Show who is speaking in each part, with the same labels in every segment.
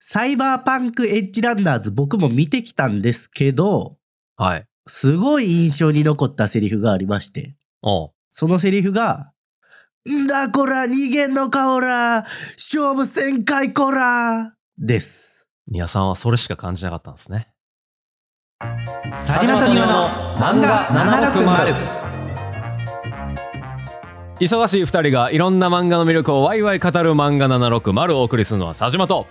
Speaker 1: サイバーパンクエッジランダーズ僕も見てきたんですけど、
Speaker 2: はい。
Speaker 1: すごい印象に残ったセリフがありまして、
Speaker 2: おう
Speaker 1: そのセリフが、んだこら逃げんのかおら勝負せんかいこらです。
Speaker 2: ニアさんはそれしか感じなかったんですね。
Speaker 1: サジナとニワの漫画760
Speaker 2: 忙しい二人がいろんな漫画の魅力をワイワイ語る漫画760をお送りするのは佐島と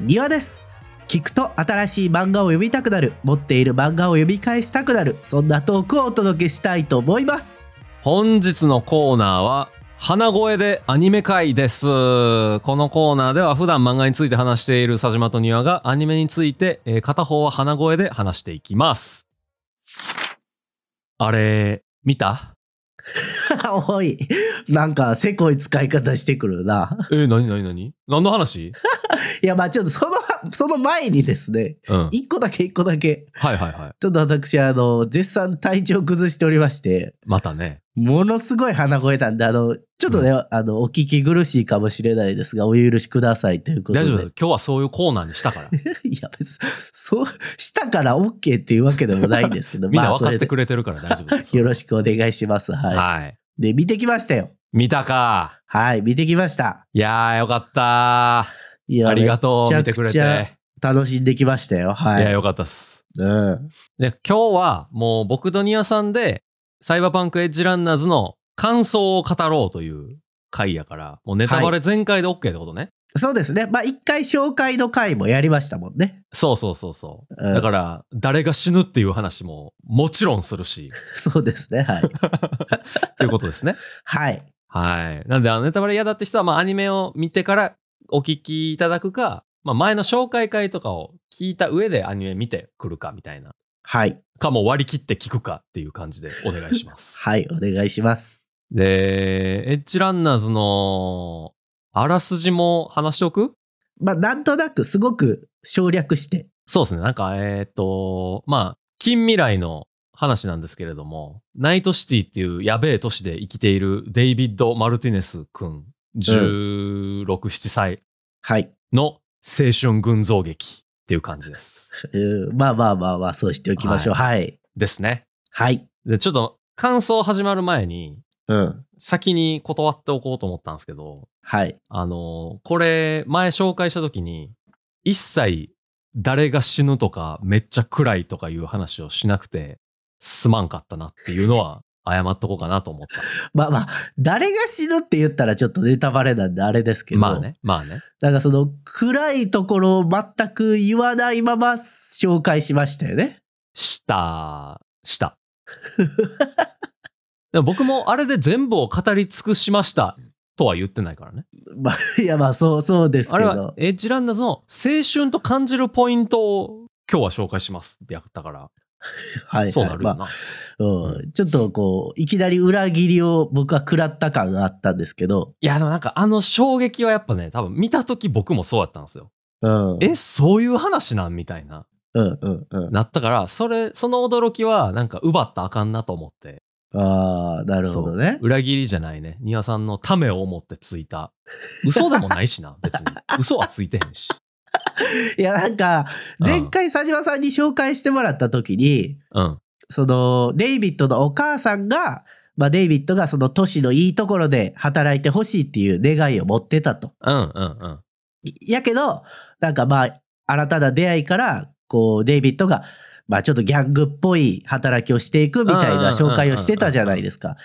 Speaker 1: 庭です。聞くと新しい漫画を読みたくなる、持っている漫画を読み返したくなる、そんなトークをお届けしたいと思います。
Speaker 2: 本日のコーナーは花声でアニメ会ですこのコーナーでは普段漫画について話している佐島と庭がアニメについて、えー片方は花声で話していきますあれ見た
Speaker 1: おい、なんか、せこい使い方してくるな。
Speaker 2: えー、何何何何の話
Speaker 1: いや、まあちょっとその、その前にですね、
Speaker 2: うんはい
Speaker 1: 一個だけ一個だけ、
Speaker 2: はいはい
Speaker 1: ちょっと私、あの、絶賛体調崩しておりまして、
Speaker 2: またね
Speaker 1: ものすごい鼻声なんで、あの、ちょっとね、あの、お聞き苦しいかもしれないですが、お許しくださいということで。
Speaker 2: 大丈夫だよ今日はそういうコーナーにしたから
Speaker 1: いや、別に、そう、したから OK っていうわけでもないんですけど、
Speaker 2: みんな
Speaker 1: まあ
Speaker 2: 分かって
Speaker 1: そ
Speaker 2: くれてるから大丈夫で
Speaker 1: れ
Speaker 2: す
Speaker 1: でよろしくお願いします。はい。
Speaker 2: はい
Speaker 1: で、見てきましたよ。
Speaker 2: 見たか
Speaker 1: はい、見てきました。
Speaker 2: いやーよかった
Speaker 1: いや
Speaker 2: ありがとう見てくれ。て、
Speaker 1: めちゃくちゃ楽しんできましたよ。はい
Speaker 2: や
Speaker 1: い。
Speaker 2: よかったっす
Speaker 1: うん。
Speaker 2: で、今日はもう僕とニアさんで、サイバーパンクエッジランナーズの感想を語ろうという回やから、もうネタバレ全開で OK ってことね。
Speaker 1: そうですね。まあ、一回紹介の回もやりましたもんね。
Speaker 2: そうそうそうそう。
Speaker 1: うん
Speaker 2: だから、誰が死ぬっていう話ももちろんするし、
Speaker 1: そうですね。 はい。
Speaker 2: ということですね。
Speaker 1: はい。
Speaker 2: はい。なんで、あのネタバレ嫌だって人は、まあアニメを見てからお聞きいただくか、まあ前の紹介会とかを聞いた上でアニメ見てくるかみたいな。
Speaker 1: はい。
Speaker 2: かもう割り切って聞くかっていう感じでお願いします。
Speaker 1: はい。お願いします。
Speaker 2: で、エッジランナーズのあらすじも話しておく
Speaker 1: まあ、なんとなく、すごく省略して。
Speaker 2: そうですね。なんか、えっ、と、まあ、近未来の話なんですけれども、ナイトシティっていうやべえ都市で生きているデイビッド・マルティネス君、16、7歳
Speaker 1: はい。
Speaker 2: の青春群像劇っていう感じです。
Speaker 1: うんまあまあまあまあ、そうしておきましょう。はい。
Speaker 2: ですね。
Speaker 1: はい。
Speaker 2: で、ちょっと感想始まる前に、
Speaker 1: うん。
Speaker 2: 先に断っておこうと思ったんですけど、
Speaker 1: はい。
Speaker 2: あの、これ、前紹介した時に、一切誰が死ぬとか、めっちゃ暗いとかいう話をしなくて、すまんかったなっていうのは、謝っとこうかなと思った。
Speaker 1: まあまあ、誰が死ぬって言ったらちょっとネタバレなんであれですけど。
Speaker 2: まあね、まあね。
Speaker 1: なんかその暗いところを全く言わないまま紹介しましたよね。
Speaker 2: した、した。でも僕もあれで全部を語り尽くしましたとは言ってないからね。
Speaker 1: まあ、いやまあそう、そうですけ
Speaker 2: あれは
Speaker 1: ど。
Speaker 2: エッジランナーズの青春と感じるポイントを今日は紹介しますってやったから、
Speaker 1: はい、はい。
Speaker 2: そうなるよな。
Speaker 1: まあうん。ちょっとこう、いきなり裏切りを僕は食らった感があったんですけど。
Speaker 2: いや、でもなんかあの衝撃はやっぱね、多分見た時僕もそうやったんですよ。
Speaker 1: うん。
Speaker 2: え、そういう話なんみたいな。
Speaker 1: うんうんうん。
Speaker 2: なったから、それ、その驚きはなんか奪ったらあかんなと思って。
Speaker 1: ああ、なるほどね
Speaker 2: そう。裏切りじゃないね。庭さんのためを思ってついた。嘘でもな いしな、別に。嘘はついてへんし。
Speaker 1: いやなんか、
Speaker 2: うん
Speaker 1: 前回佐島さんに紹介してもらった時に、
Speaker 2: うん。
Speaker 1: そのデイビッドのお母さんが、まあ、デイビッドがその都市のいいところで働いてほしいっていう願いを持ってたと。
Speaker 2: うんうんうん。
Speaker 1: やけど、なんかまあ、新たな出会いから、こう、デイビッドが、まあちょっとギャングっぽい働きをしていくみたいな紹介をしてたじゃないですか。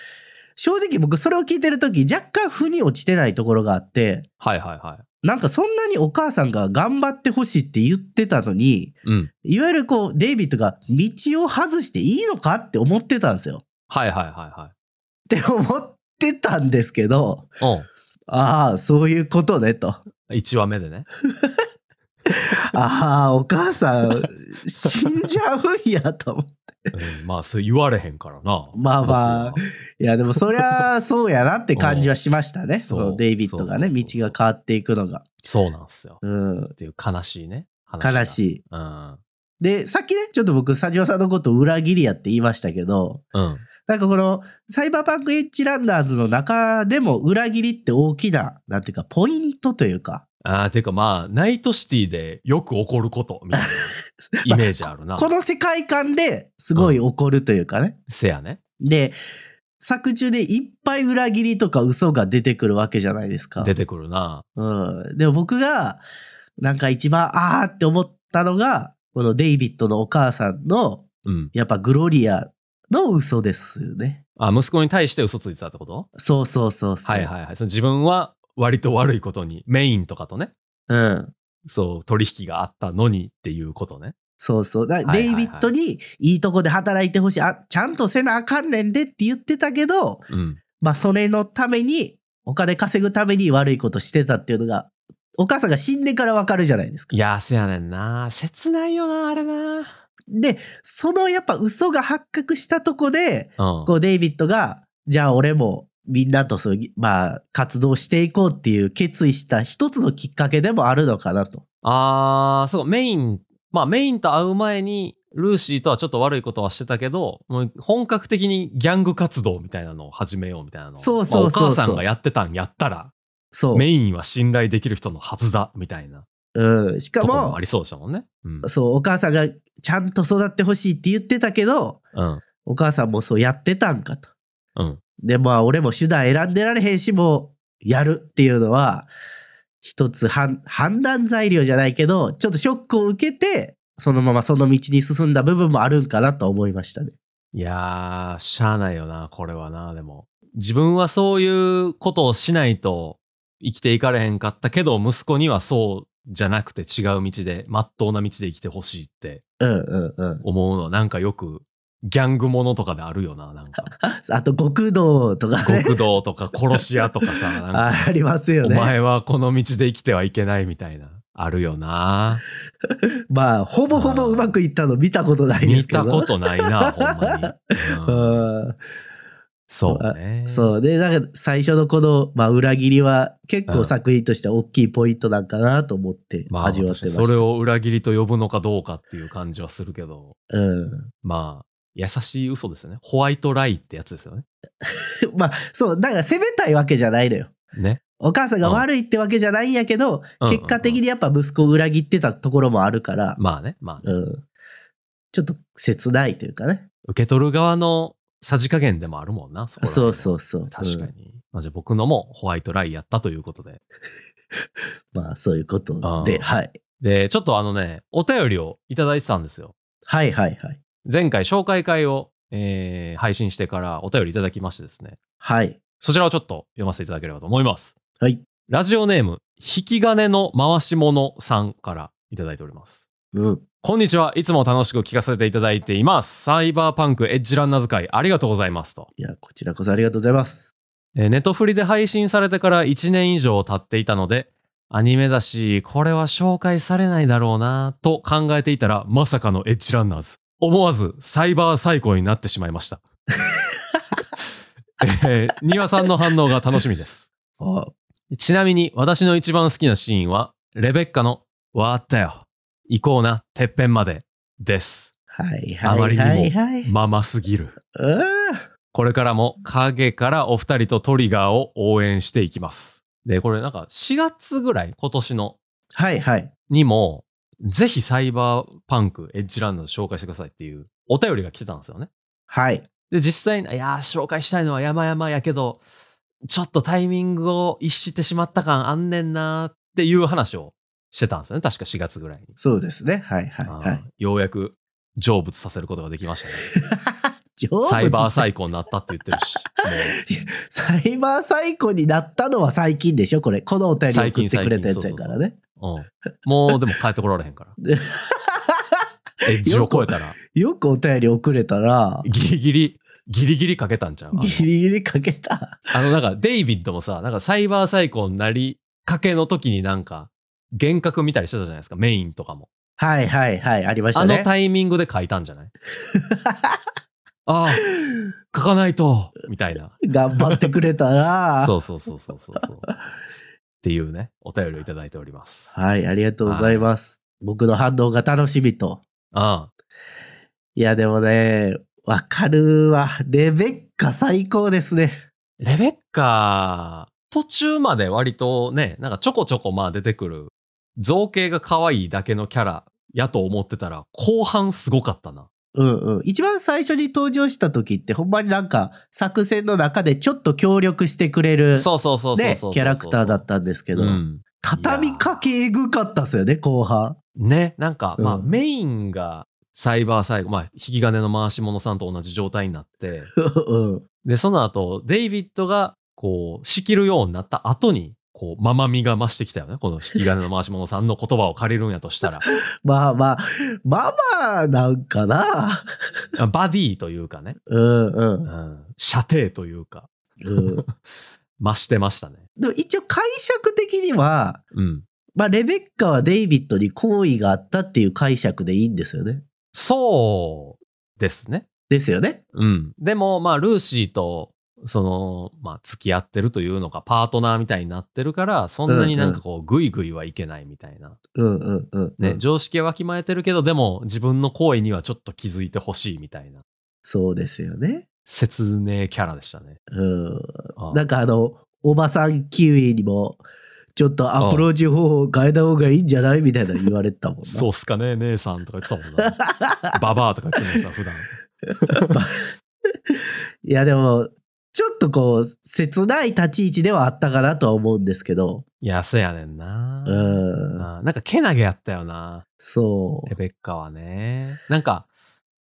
Speaker 1: 正直僕それを聞いてるとき若干腑に落ちてないところがあって、
Speaker 2: はいはいはい。
Speaker 1: なんかそんなにお母さんが頑張ってほしいって言ってたのに、
Speaker 2: うん。
Speaker 1: いわゆるこう、デイビッドが道を外していいのかって思ってたんですよ。
Speaker 2: はいはいは
Speaker 1: って思ってたんですけど、
Speaker 2: いはい。
Speaker 1: ああ、そういうことねと。
Speaker 2: うん。1話目でね。
Speaker 1: ああ、お母さん、死んじゃうんやと。
Speaker 2: うん、まあ、それ言われへんからな。
Speaker 1: まあまあ
Speaker 2: 僕はい
Speaker 1: や、でもそりゃそうやなって感じはしましたね。
Speaker 2: ん
Speaker 1: そ
Speaker 2: そう
Speaker 1: のデイビッドがね、
Speaker 2: そうそ
Speaker 1: 道
Speaker 2: うそう
Speaker 1: が変わっていくのが。
Speaker 2: そうなんですよ。
Speaker 1: うん
Speaker 2: っ、ていう悲しいね。話が
Speaker 1: 悲し。い。
Speaker 2: うん。
Speaker 1: で、さっきね、ちょっと僕、佐島さんのことを裏切りやって言いましたけど、
Speaker 2: うん。
Speaker 1: なんかこの、サイバーパンクエッジランダーズの中でも裏切りって大きな、なんていうか、ポイントというか、
Speaker 2: ああ、ていうかまあ、ナイトシティでよく起こること、みたい なイメージあるな。
Speaker 1: この世界観ですごい怒るというかね。
Speaker 2: せやね。
Speaker 1: で、作中でいっぱい裏切りとか嘘が出てくるわけじゃないですか。
Speaker 2: 出てくるな。
Speaker 1: うん。でも僕が、なんか一番、あーって思ったのが、このデイビッドのお母さんの、
Speaker 2: うん。
Speaker 1: やっぱグロリアの嘘ですよね。
Speaker 2: あ、息子に対して嘘ついてたってこと
Speaker 1: そうそうそうそう。
Speaker 2: はいはいはい。その自分は割と悪いことに、メインとかとね、
Speaker 1: うん。
Speaker 2: そう、取引があったのにっていうことね。
Speaker 1: そうそう。だ
Speaker 2: はいは
Speaker 1: デ
Speaker 2: い
Speaker 1: イ
Speaker 2: はい
Speaker 1: ビッドにいいとこで働いてほしい。あ、ちゃんとせなあかんねんでって言ってたけど、
Speaker 2: うん。
Speaker 1: まあ、それのために、お金稼ぐために悪いことしてたっていうのが、お母さんが死んでからわかるじゃないですか
Speaker 2: い。や、せやねんな。切ないよな、あれな。
Speaker 1: で、そのやっぱ嘘が発覚したとこで、
Speaker 2: うん。
Speaker 1: こうデイビッドが、じゃあ俺もみんなとそういう、まあ、活動していこうっていう決意した一つのきっかけでもあるのかなと。
Speaker 2: あー、そう、メイン、まあメインと会う前に、ルーシーとはちょっと悪いことはしてたけど、もう本格的にギャング活動みたいなのを始めようみたいなのを
Speaker 1: そうそうそうそう
Speaker 2: まあお母さんがやってたんやったら、
Speaker 1: そう。
Speaker 2: メインは信頼できる人のはずだ、みたいな
Speaker 1: うん。しか
Speaker 2: ところも
Speaker 1: も
Speaker 2: あ、りそうでしたもんね。うん。
Speaker 1: そう、お母さんがちゃんと育ってほしいって言ってたけど、
Speaker 2: うん。
Speaker 1: お母さんもそうやってたんかと。
Speaker 2: うん。
Speaker 1: で、まあ俺も手段選んでられへんし、もうやるっていうのは、一つ判判断材料じゃないけど、ちょっとショックを受けて、そのままその道に進んだ部分もあるんかなと思いましたね。
Speaker 2: いやー、しゃあないよな、これはな、でも。自分はそういうことをしないと生きていかれへんかったけど、息子にはそうじゃなくて違う道で、まっとうな道で生きてほしいって
Speaker 1: うんうんうん。
Speaker 2: 思うのはなんかよくギャングものとかであるよななん か
Speaker 1: あと、極道とかね。
Speaker 2: 極道とか殺し屋と かさなんか
Speaker 1: あありますよ
Speaker 2: お
Speaker 1: ね。
Speaker 2: 前はこの道で生きてはいけないみたいなあるよな
Speaker 1: まあ、ほぼほぼうまくいったの見たことないで
Speaker 2: 見
Speaker 1: すけど。
Speaker 2: たことない なほんまに、うん
Speaker 1: うん
Speaker 2: そうね
Speaker 1: そうで、だから最初のこの、まあ、裏切りは結構作品として大きいポイントなんかなと思って
Speaker 2: まあ
Speaker 1: 味わってました。
Speaker 2: それを裏切りと呼ぶのかどうかっていう感じはするけど
Speaker 1: うん。
Speaker 2: まあ優しい嘘ですよねホワイトライってやつですよね
Speaker 1: まあ、そう、だから責めたいわけじゃないのよ。
Speaker 2: ね
Speaker 1: お母さんが悪いってわけじゃないんやけど、
Speaker 2: うん
Speaker 1: 結果的にやっぱ息子を裏切ってたところもあるから、
Speaker 2: まあねまあね
Speaker 1: うん。ちょっと切ないというかね。
Speaker 2: 受け取る側のさじ加減でもあるもんなそこら辺
Speaker 1: そ
Speaker 2: は
Speaker 1: うそうそう。
Speaker 2: 確か
Speaker 1: うん
Speaker 2: に。まあ、じゃあ僕のもホワイトライやったということで。
Speaker 1: まあ、そういうこと
Speaker 2: う
Speaker 1: で、
Speaker 2: ん
Speaker 1: はい。
Speaker 2: で、ちょっとあのね、お便りをいただいてたんですよ。
Speaker 1: はいはいはい。
Speaker 2: 前回紹介会を、えー配信してからお便りいただきましてですね。
Speaker 1: はい。
Speaker 2: そちらをちょっと読ませていただければと思います。
Speaker 1: はい。
Speaker 2: ラジオネーム、引き金の回し者さんからいただいております。
Speaker 1: うん。
Speaker 2: こんにちは。いつも楽しく聞かせていただいています。サイバーパンクエッジランナーズ会ありがとうございますと。
Speaker 1: いや、こちらこそありがとうございます。
Speaker 2: えーネットフリで配信されてから1年以上経っていたので、アニメだし、これは紹介されないだろうなと考えていたら、まさかのエッジランナーズ。思わずサイバー最高になってしまいました。 えー、庭さんの反応が楽しみです。
Speaker 1: あ
Speaker 2: ちなみに私の一番好きなシーンは、レベッカの、わったよ。行こうな、てっぺんまで。です。
Speaker 1: はい
Speaker 2: あま
Speaker 1: はい
Speaker 2: りにも
Speaker 1: はいはい。
Speaker 2: ママすぎる。
Speaker 1: うん
Speaker 2: これからも影からお二人とトリガーを応援していきます。で、これなんか4月ぐらい、今年の
Speaker 1: はいはい。
Speaker 2: にも、ぜひサイバーパンクエッジランド紹介してくださいっていうお便りが来てたんですよね。
Speaker 1: はい。
Speaker 2: で、実際に、いやー、紹介したいのは山々やけど、ちょっとタイミングを逸してしまった感あんねんなーっていう話をしてたんですよね。確か4月ぐらいに。
Speaker 1: そうですね。はいはいは
Speaker 2: あーようやく成仏させることができましたね。
Speaker 1: い。成仏
Speaker 2: サイバー最高になったって言ってる し。もう
Speaker 1: サイバー最高になったのは最近でしょこれ。このお便り送ってくれたやつやからね。
Speaker 2: うん。もうでも帰ってこられへんから。エッジを超えたら、
Speaker 1: よくお便り送れたら、
Speaker 2: ギリギリ、ギリギリかけたんちゃうあの
Speaker 1: ギリギリかけた。
Speaker 2: あの、なんか、デイビッドもさ、なんかサイバー最高になりかけの時になんか、幻覚見たりしてたじゃないですか、メインとかも。
Speaker 1: はいはいはい。ありまし
Speaker 2: あ
Speaker 1: た
Speaker 2: の
Speaker 1: ね。
Speaker 2: タイミングで書いたん じゃないああ、書かないと、みたいな。
Speaker 1: 頑張ってくれたら。
Speaker 2: そうそうそうそうそうそう。っていうね、お便りをいただいております。
Speaker 1: はい。ありがとうございます。僕の反応が楽しみと。
Speaker 2: あ
Speaker 1: いやでもね、わかるわ。レベッカ最高ですね。
Speaker 2: レベッカ途中まで割とね、なんかちょこちょこまあ出てくる、造形が可愛いだけのキャラやと思ってたら、後半すごかったな。
Speaker 1: うんうん。一番最初に登場した時って、ほんまになんか作戦の中でちょっと協力してくれる、
Speaker 2: そうそうそうそうそう
Speaker 1: ね、キャラクターだ
Speaker 2: っ
Speaker 1: ったんですけ
Speaker 2: け
Speaker 1: ど、
Speaker 2: うん、
Speaker 1: 畳みかけえぐかったっすよね、後半。
Speaker 2: ね、なんか、まあ
Speaker 1: うん
Speaker 2: メインがサイバー最後、まあ引き金の回し者さんと同じ状態になって、
Speaker 1: うん。
Speaker 2: で、その後、デイビッドが、こう、仕切るようになった後に、こう、ままみが増してきたよね。この引き金の回し者さんの言葉を借りるんや としたら、
Speaker 1: まあまあ、ママなんかな。
Speaker 2: バディというかね、
Speaker 1: うんう。
Speaker 2: うんん、射程というか、
Speaker 1: うん、
Speaker 2: 増してましたね。
Speaker 1: でも一応解釈的には、
Speaker 2: うん。
Speaker 1: まあ、レベッカはデイビッドに好意があったっていう解釈でいいんですよね。
Speaker 2: そうですね。
Speaker 1: ですよね。
Speaker 2: うん。でも、まあ、ルーシーと、その、まあ、付き合ってるというのか、パートナーみたいになってるから、そんなになんかこう、ぐいぐいはいけないみたいな。
Speaker 1: うんうんうん、うん。
Speaker 2: ね、常識はわきまえてるけど、でも、自分の行為にはちょっと気づいてほしいみたいな。
Speaker 1: そうですよね。
Speaker 2: 説明キャラでしたね。
Speaker 1: うん。
Speaker 2: あ
Speaker 1: なんかあの、おばさんキウイにも、ちょっとアプローチ方法を変えた方がいいんじゃないみたいなの言われてたもんな。
Speaker 2: そうっすかね、姉さんとか言ってたもんな。 ババアとか言ってたもんさ、普段。
Speaker 1: いやでも、ちょっとこう、切ない立ち位置ではあったかなとは思うんですけど、
Speaker 2: いや、そうやねんな。
Speaker 1: うん。
Speaker 2: あなんか、けなげやったよな、
Speaker 1: そ
Speaker 2: レベッカはね。なんか、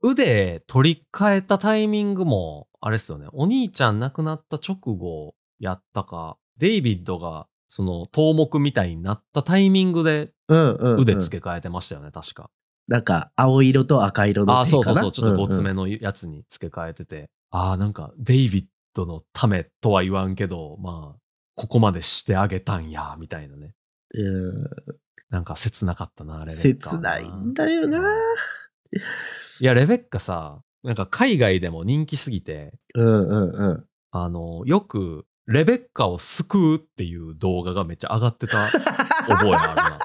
Speaker 2: 腕取り替えたタイミングも、あれっすよね、お兄ちゃん亡くなった直後やったか、デイビッドが、その、頭目みたいになったタイミングで
Speaker 1: う。うんうん、うん。
Speaker 2: 腕付け替えてましたよね、確か。
Speaker 1: なんか、青色と赤色の
Speaker 2: あーそうそ
Speaker 1: か
Speaker 2: う
Speaker 1: な
Speaker 2: そう、ちょっとごつ
Speaker 1: ん
Speaker 2: めのやつに付け替えてて、ああ、なんかデイビッドのためとは言わんけど、まあ、ここまでしてあげたんや、みたいなね。
Speaker 1: うんうん
Speaker 2: なんか切なかったな、レベッカは。
Speaker 1: 切ないんだよな。
Speaker 2: いや、レベッカさ、なんか海外でも人気すぎて、
Speaker 1: うんうんうん。
Speaker 2: あの、よく、レベッカを救うっていう動画がめっちゃ上がってた覚えがあるな。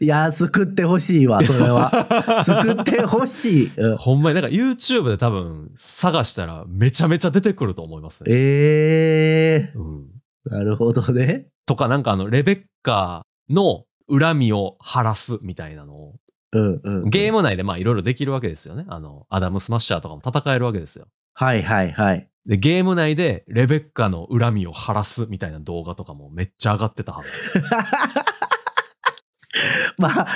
Speaker 1: いや、救ってほしいわ、それは。 救ってほしい。うん
Speaker 2: ほんまに、なんか YouTube で多分探したらめちゃめちゃ出てくると思いますね。
Speaker 1: ええ
Speaker 2: うん
Speaker 1: なるほどね。
Speaker 2: とか、なんかあの、レベッカの恨みを晴らすみたいなのを、
Speaker 1: うんうん。
Speaker 2: ゲー
Speaker 1: ム。
Speaker 2: ム内でまあいろいろできるわけですよね。あの、アダムスマッシャーとかも戦えるわけですよ。
Speaker 1: はいはいはい。
Speaker 2: で、ゲーム内でレベッカの恨みを晴らすみたいな動画とかもめっちゃ上がってたはず。
Speaker 1: まあ、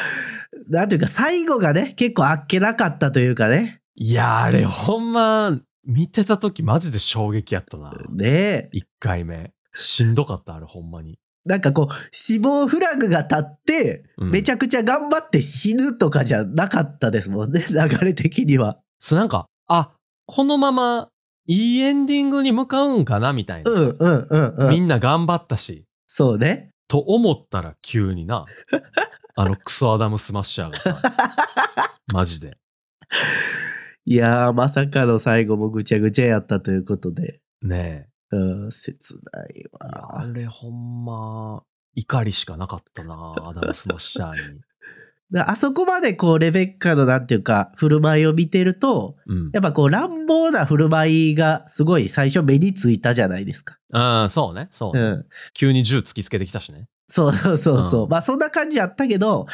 Speaker 1: なんていうか、最後がね、結構あっけなかったというかね。
Speaker 2: いやー、あれほんま、見てた時マジで衝撃やったな。
Speaker 1: ねえ。
Speaker 2: 1回目。しんどかった、あれほんまに。
Speaker 1: なんかこう、死亡フラグが立って、
Speaker 2: うん
Speaker 1: めちゃくちゃ頑張って死ぬとかじゃなかったですもんね、 流れ的には。
Speaker 2: そう、なんか、あ、このままいいエンディングに向かうんかなみたいな
Speaker 1: う
Speaker 2: さ、
Speaker 1: んうんうんう
Speaker 2: み
Speaker 1: ん。
Speaker 2: んな頑張ったし、
Speaker 1: そうね。
Speaker 2: と思ったら急にな、あのクソアダムスマッシャー がさ、マジで。
Speaker 1: いやー、まさかの最後もぐちゃぐちゃやったということで。
Speaker 2: ね
Speaker 1: うん、切ない
Speaker 2: え。いや
Speaker 1: わ
Speaker 2: あ。れほんま、怒りしかなかっ たな、アダムスマッシャーに。
Speaker 1: であそこまでこう、レベッカのなんていうか、振る舞いを見てると、
Speaker 2: うん
Speaker 1: や。っぱこう、乱暴な振る舞いがすごい最初目についたじゃないですか。
Speaker 2: うん、そうね、そう
Speaker 1: う
Speaker 2: ね、
Speaker 1: ん。
Speaker 2: 急に銃突きつけてきたしね。
Speaker 1: そうそうそうそう。
Speaker 2: うん
Speaker 1: まあそんな感じやったけど、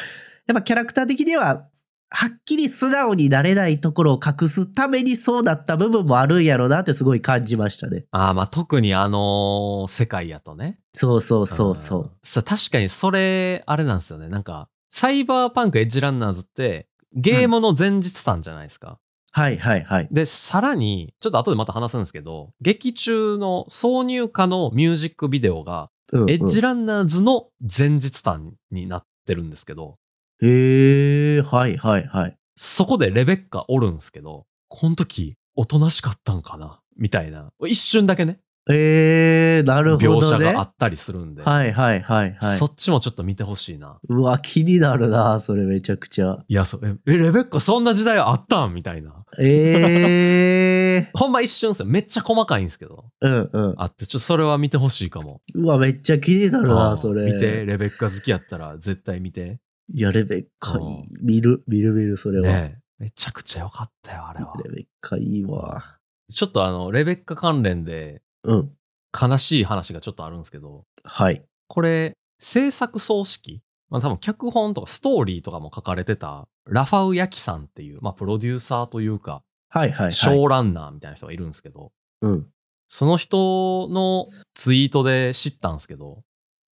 Speaker 1: やっぱキャラクター的には、はっきり素直になれないところを隠すためにそうだった部分もあるんやろうなってすごい感じましたね。
Speaker 2: ああ、まあ特にあの世界やとね。
Speaker 1: そうそうそうそう。
Speaker 2: んさ確かにそれ、あれなんですよね。なんか、サイバーパンクエッジランナーズって、ゲームの前日たんじゃないですか。
Speaker 1: はいはいはい。
Speaker 2: で、さらに、ちょっと後でまた話すんですけど、劇中の挿入歌のミュージックビデオが、
Speaker 1: うんうん
Speaker 2: エッジランナーズの前日短になってるんですけど、
Speaker 1: へえ、はいはいはい。
Speaker 2: そこでレベッカおるんですけど、この時、おとなしかったんかなみたいな、一瞬だけね、
Speaker 1: えー、なるほど、ね。
Speaker 2: 描写があったりするんで、
Speaker 1: はいはいはいはい
Speaker 2: そ。っちもちょっと見てほしいな。
Speaker 1: うわ、気になるな、それめちゃくちゃ。
Speaker 2: いや、そう、え、えレベッカそんな時代あったんみたいな。
Speaker 1: ええ
Speaker 2: ほんま一瞬ですよ。めっちゃ細かいんですけど。
Speaker 1: うんうん。
Speaker 2: あって、ちょっとそれは見てほしいかも。
Speaker 1: うわ、めっちゃ気になる
Speaker 2: う
Speaker 1: な、
Speaker 2: ん
Speaker 1: それ。
Speaker 2: 見て、。レベッカ好きやったら絶対見て。
Speaker 1: や、レベッカい
Speaker 2: うん
Speaker 1: い。見る、見る見る、それは。
Speaker 2: ねえめちゃくちゃ良かったよ、あれは。
Speaker 1: レベッカいいわ。
Speaker 2: ちょっとあの、レベッカ関連で
Speaker 1: うん。
Speaker 2: 悲しい話がちょっとあるんですけど、
Speaker 1: はい。
Speaker 2: これ、制作総指揮、まあ、多分脚本とかストーリーとかも書かれてた、ラファウ・ヤキさんっていう、まあ、プロデューサーというか、
Speaker 1: はいはい
Speaker 2: シ
Speaker 1: はい。
Speaker 2: ョーランナーみたいな人がいるんですけど、
Speaker 1: うん。
Speaker 2: その人のツイートで知ったんですけど、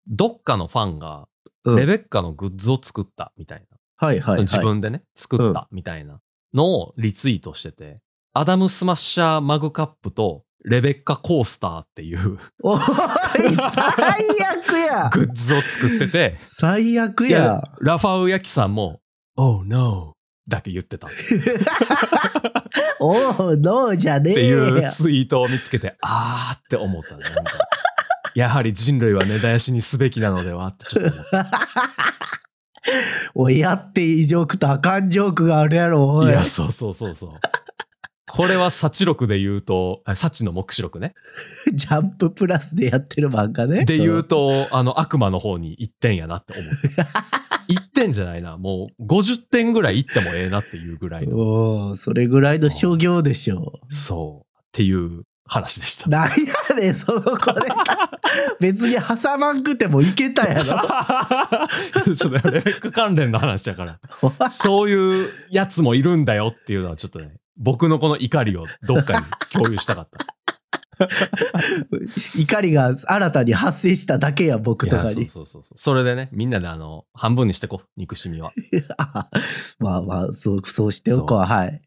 Speaker 2: どっかのファンが、
Speaker 1: うん
Speaker 2: レベッカのグッズを作ったみたいな。
Speaker 1: はいはいはい。
Speaker 2: 自分でね、作ったみたいなのをリツイートしてて、アダムスマッシャーマグカップとレベッカコースターって いう
Speaker 1: おい、最悪 や
Speaker 2: グッズを作ってて、
Speaker 1: 最悪
Speaker 2: いや
Speaker 1: や。
Speaker 2: ラファウヤキさんも、Oh no! だけ言ってたっ
Speaker 1: おう、ノーじゃね
Speaker 2: て
Speaker 1: え
Speaker 2: いう
Speaker 1: や。
Speaker 2: ツイートを見つけて、あーって思ったね。なんかやはり人類は根絶やしにすべきなのではってちょっと思った
Speaker 1: おい、やっていいジョークとあかんジョークがあるやろ、おい。
Speaker 2: いや、そうそうそうそう。これはサチ録で言うと、あサチの目視録ね。
Speaker 1: ジャンププラスでやってる漫画ね。
Speaker 2: で言うと、あの、悪魔の方に1点やなって 思った。1点じゃないな。もう50点ぐらいいってもええなっていうぐらいの。
Speaker 1: おうそれぐらいの商業でしょ
Speaker 2: そう。っていう話でした
Speaker 1: う。。 なんやねん、そのこれ。別に挟まんくてもいけたや
Speaker 2: ちょ
Speaker 1: ろ。
Speaker 2: っとレベック関連の話だから。そういうやつもいるんだよっていうのはちょっとね、僕のこの怒りをどっかに共有したかった。
Speaker 1: 怒りが新たに発生しただけや、僕
Speaker 2: い
Speaker 1: と
Speaker 2: や
Speaker 1: か
Speaker 2: そう
Speaker 1: に。
Speaker 2: そうそうそう。それでね、みんなであの、半分にしてこう、憎しみは。
Speaker 1: あ まあまあ、そう、そうしておこう。
Speaker 2: そう
Speaker 1: はい。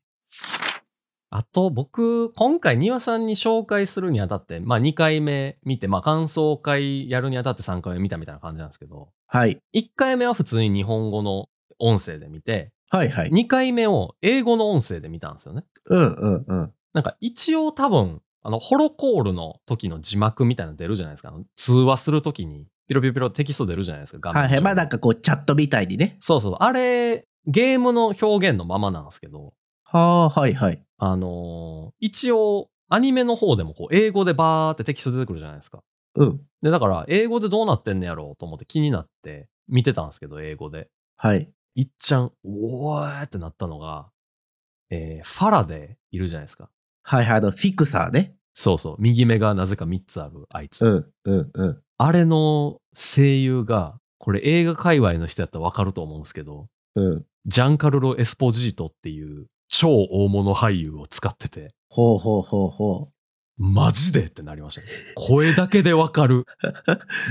Speaker 2: あと、僕、今回、庭さんに紹介するにあたって、まあ、2回目見て、まあ、感想会やるにあたって3回目見たみたいな感じなんですけど、
Speaker 1: はい。
Speaker 2: 1回目は普通に日本語の音声で見て、
Speaker 1: はいはい。
Speaker 2: 2回目を英語の音声で見たんですよね。
Speaker 1: うんうんうん。
Speaker 2: なんか、一応多分、あの、ホロコールの時の字幕みたいなの出るじゃないですか。あの通話する時に、ピロピロピロテキスト出るじゃないですか、画
Speaker 1: はいは
Speaker 2: 面上
Speaker 1: い。
Speaker 2: に
Speaker 1: まあなんかこう、チャットみたいにね。
Speaker 2: そうそう。あれ、ゲームの表現のままなんですけど、
Speaker 1: はあ、はいはい。
Speaker 2: あのー一応、アニメの方でもこう英語でバーってテキスト出てくるじゃないですか。
Speaker 1: うん。
Speaker 2: で、だから、英語でどうなってんねやろうと思って気になって見てたんですけど、英語で。
Speaker 1: はい。
Speaker 2: いっちゃん、おーってなったのが、えー、ファラデーいるじゃないですか。
Speaker 1: はいはい。あの、フィクサーね。
Speaker 2: そうそう。右目がなぜか3つある、あいつ。
Speaker 1: んうんうん。
Speaker 2: あれの声優が、これ映画界隈の人やったらわかると思うんですけど、
Speaker 1: うん。
Speaker 2: ジャンカルロ・エスポジートっていう超大物俳優を使ってて、
Speaker 1: ほうほうほうほ
Speaker 2: マジでってなりましたね。声だけでわかる。